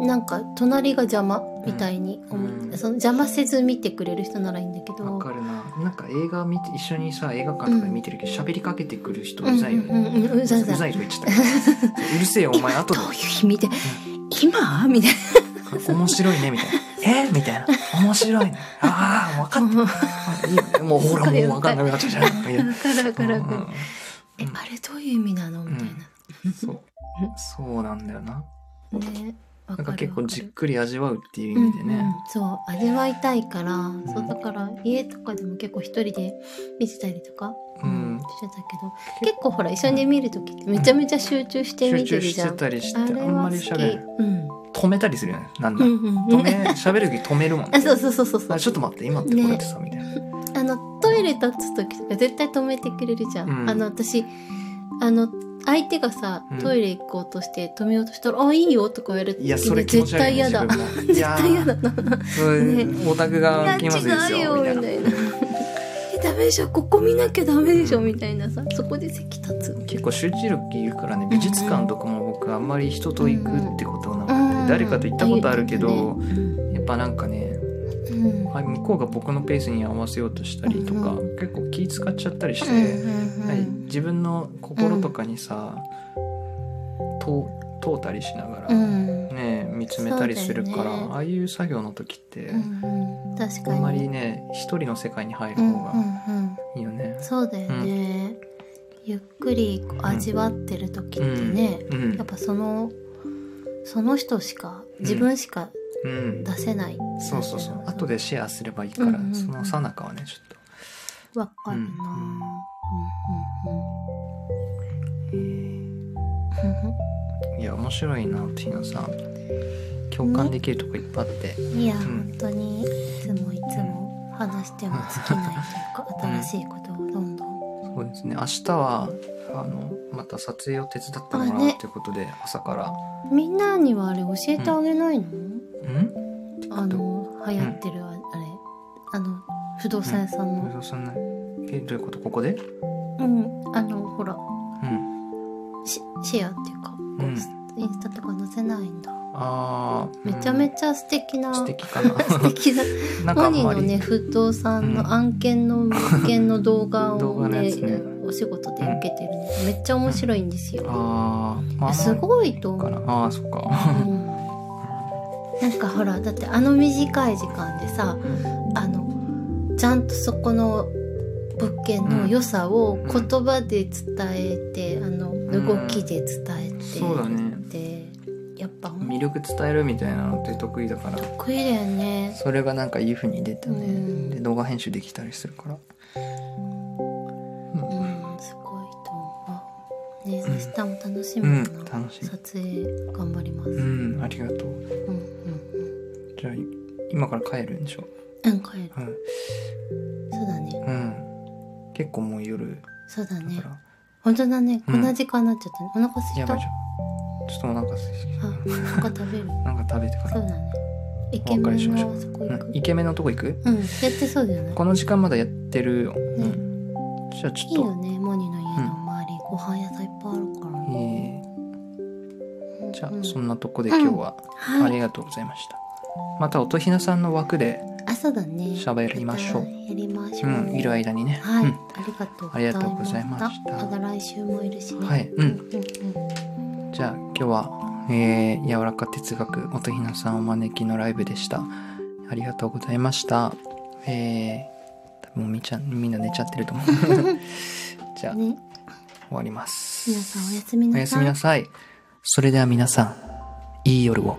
S2: なんか隣が邪魔みたいに思って、
S1: うん
S2: その邪魔せず見てくれる人ならいいんだけ
S1: え
S2: ど
S1: わかるななんか映画見て一緒にさ映画館とかで見てるけど喋、りかけてくる人うざいよね、
S2: うんうんうんうざいううざ
S1: ざ
S2: い
S1: いとか言っ ちゃったうるせえよお前後で
S2: どういう意味で、今みたい
S1: 面白いねみたいな「えみたいな「面白いね」ああ分かっ
S2: なわ
S1: たいいねもうほらもう分かんなくなっちゃうじゃんなんかいや
S2: かるわかるわかる、
S1: うん
S2: えあれどういう意味なのみたい
S1: そうそうなんだよな
S2: な、ね
S1: な
S2: わ
S1: ん
S2: る
S1: か
S2: わ
S1: 結構
S2: る
S1: じっくり味わうっていう意味で
S2: うんうん
S1: ね、
S2: そう味わいたいから、そうだから家とかでも結構一人で見てたりとか、
S1: うん
S2: してたけど結構ほら一緒に見る時ってめちゃめちゃ集中して
S1: 集
S2: 見て
S1: 中
S2: る
S1: し
S2: じゃ
S1: て
S2: ん、
S1: たりして
S2: あ
S1: あ
S2: れは好き
S1: んまり喋らない
S2: うん
S1: 止めたりするよねなん
S2: う
S1: だ、
S2: んうんう
S1: 止
S2: ん
S1: め喋る時止めるもん、
S2: あ そうそうそうそうそう
S1: あちょっと待って今ってこうやってさ、みたいな
S2: あのトイレ立つ時とか絶対止めてくれるじゃん、
S1: うん
S2: あの私あの相手がさ
S1: うん
S2: トイレ行こうとして止めようとしたら「あいいよ」とか言われて
S1: いやそれ気持ち
S2: 絶
S1: 悪
S2: 対
S1: い、ね、
S2: 嫌だ絶
S1: 自分もいや
S2: 対嫌だな
S1: ーそうオタクが
S2: い
S1: 気
S2: や
S1: まずいです
S2: 違う
S1: よ
S2: よ
S1: み
S2: み
S1: た
S2: た
S1: い
S2: い
S1: な
S2: な えダメでしょここ見なきゃダメでしょみたいなさそこで席立つ
S1: 結構集中力いるからね美術館とかも僕あんまり人と行くってことなくて、誰かと行ったことあるけど、やっぱなんかね
S2: うんうん
S1: あ向こうが僕のペースに合わせようとしたりとか、
S2: う
S1: 結構気使っちゃったりして、
S2: うん
S1: はい自分の心とかにさ、と通ったりしながら、
S2: うん
S1: ね見つめたりするか
S2: そうだ
S1: ら、
S2: よね
S1: ああいう作業の時って、
S2: うん確か
S1: あ
S2: に
S1: んまりね一人の世界に入る
S2: う
S1: 方
S2: んう
S1: が
S2: んう
S1: い
S2: ん
S1: いよね。
S2: そうだよね、ゆっくりこう味わってる時ってね、
S1: うんうん
S2: やっぱそのその人しか
S1: ん
S2: 自分しか
S1: うん
S2: 出せない、
S1: そうそうそう後でシェアすればいいか
S2: うん
S1: ら、
S2: うんうん
S1: その最中はねちょっと
S2: わかるな、うんうん
S1: いや面白いなっていうのさ共感できるとこいっぱいあって、
S2: うんうんいや、
S1: ん
S2: 本当にいつもいつも話しても尽きないというか新しいことをどんどん
S1: そうですね明日はあのまた撮影を手伝っても
S2: あ
S1: らう
S2: ね
S1: ってことで、朝から
S2: みんなにはあれ教えてあげないの、
S1: うん
S2: あの流行ってるあれ、あの不動産屋さんの、
S1: そうそんなえどういうことここで
S2: うん、あのほら
S1: うん
S2: シシェアっていうか、
S1: ん
S2: インスタとか載せないんだ
S1: ああ
S2: めちゃめちゃ素敵な、
S1: 素
S2: 素
S1: 敵かな
S2: 敵な
S1: なんかあ
S2: ワ
S1: ん
S2: ニ
S1: ま
S2: の
S1: り、
S2: ね不動産
S1: うん
S2: の案件の物件の動画
S1: 動
S2: を
S1: 画の
S2: ね
S1: やつね
S2: お仕事で受けてるんですめっちゃ面白いんですよ、
S1: あー、まあ
S2: す
S1: い
S2: ごいと思
S1: か
S2: う、
S1: なああーそっ
S2: う
S1: か
S2: んなんかほらだってあの短い時間でさあのちゃんとそこの物件の良さを言葉で伝えて、あの動きで伝えて、
S1: そうだね
S2: でやっぱ
S1: 魅力伝えるみたいなのって得意だから
S2: 得意だよね
S1: それがなんかいい風に出たね、
S2: うん
S1: で動画編集できたりするから
S2: う
S1: うん
S2: すごいと思うね明日も楽し
S1: ん、う
S2: みだ
S1: ん、
S2: な、
S1: 楽しみ
S2: 撮影頑張ります、う
S1: うんんありがとう
S2: うん
S1: じゃあい今から帰るんでしょ
S2: うんうん帰る
S1: うん
S2: そうだね
S1: うん結構もう夜
S2: そうだ
S1: だ
S2: ね
S1: から、
S2: 本当だね
S1: う
S2: こ
S1: ん
S2: んな時間になっちゃったね、お腹すい
S1: や
S2: た
S1: ばいじゃんちょっとお腹すいてき
S2: あなんか食べる
S1: たなんか食べてか
S2: そう
S1: ら
S2: だねイケメンのあそこ行
S1: う
S2: く
S1: んイケメンのとこ行く
S2: うん、やってそうじゃない
S1: この時間まだやってるよ、うん、じゃあち
S2: いい
S1: ょっ
S2: よ
S1: と
S2: ねモニの家の周り、ご飯屋さんいっぱいあるから
S1: いい
S2: ね、うん
S1: じゃ
S2: うん
S1: あそんなとこで今日はあ
S2: は
S1: り
S2: い
S1: がとうございました、また音ひなさんの枠で
S2: あそうだね
S1: 喋りましょう
S2: たやりまし
S1: う
S2: ょう、
S1: んいる間にね
S2: はい、
S1: う
S2: ありがとう
S1: ありがとうございました
S2: また来週もいるしね。
S1: んはいうん
S2: うんうん
S1: じゃあ今日は、えー、柔らか哲学音ひなさんお招きのライブでした。ありがとうございました。えー、多分もうみちゃんみんな寝ちゃってる と思う。じゃあ終
S2: ね、
S1: わります。
S2: 皆さんおやすみなさい
S1: おやすみなさい。それでは皆さん、いい夜を。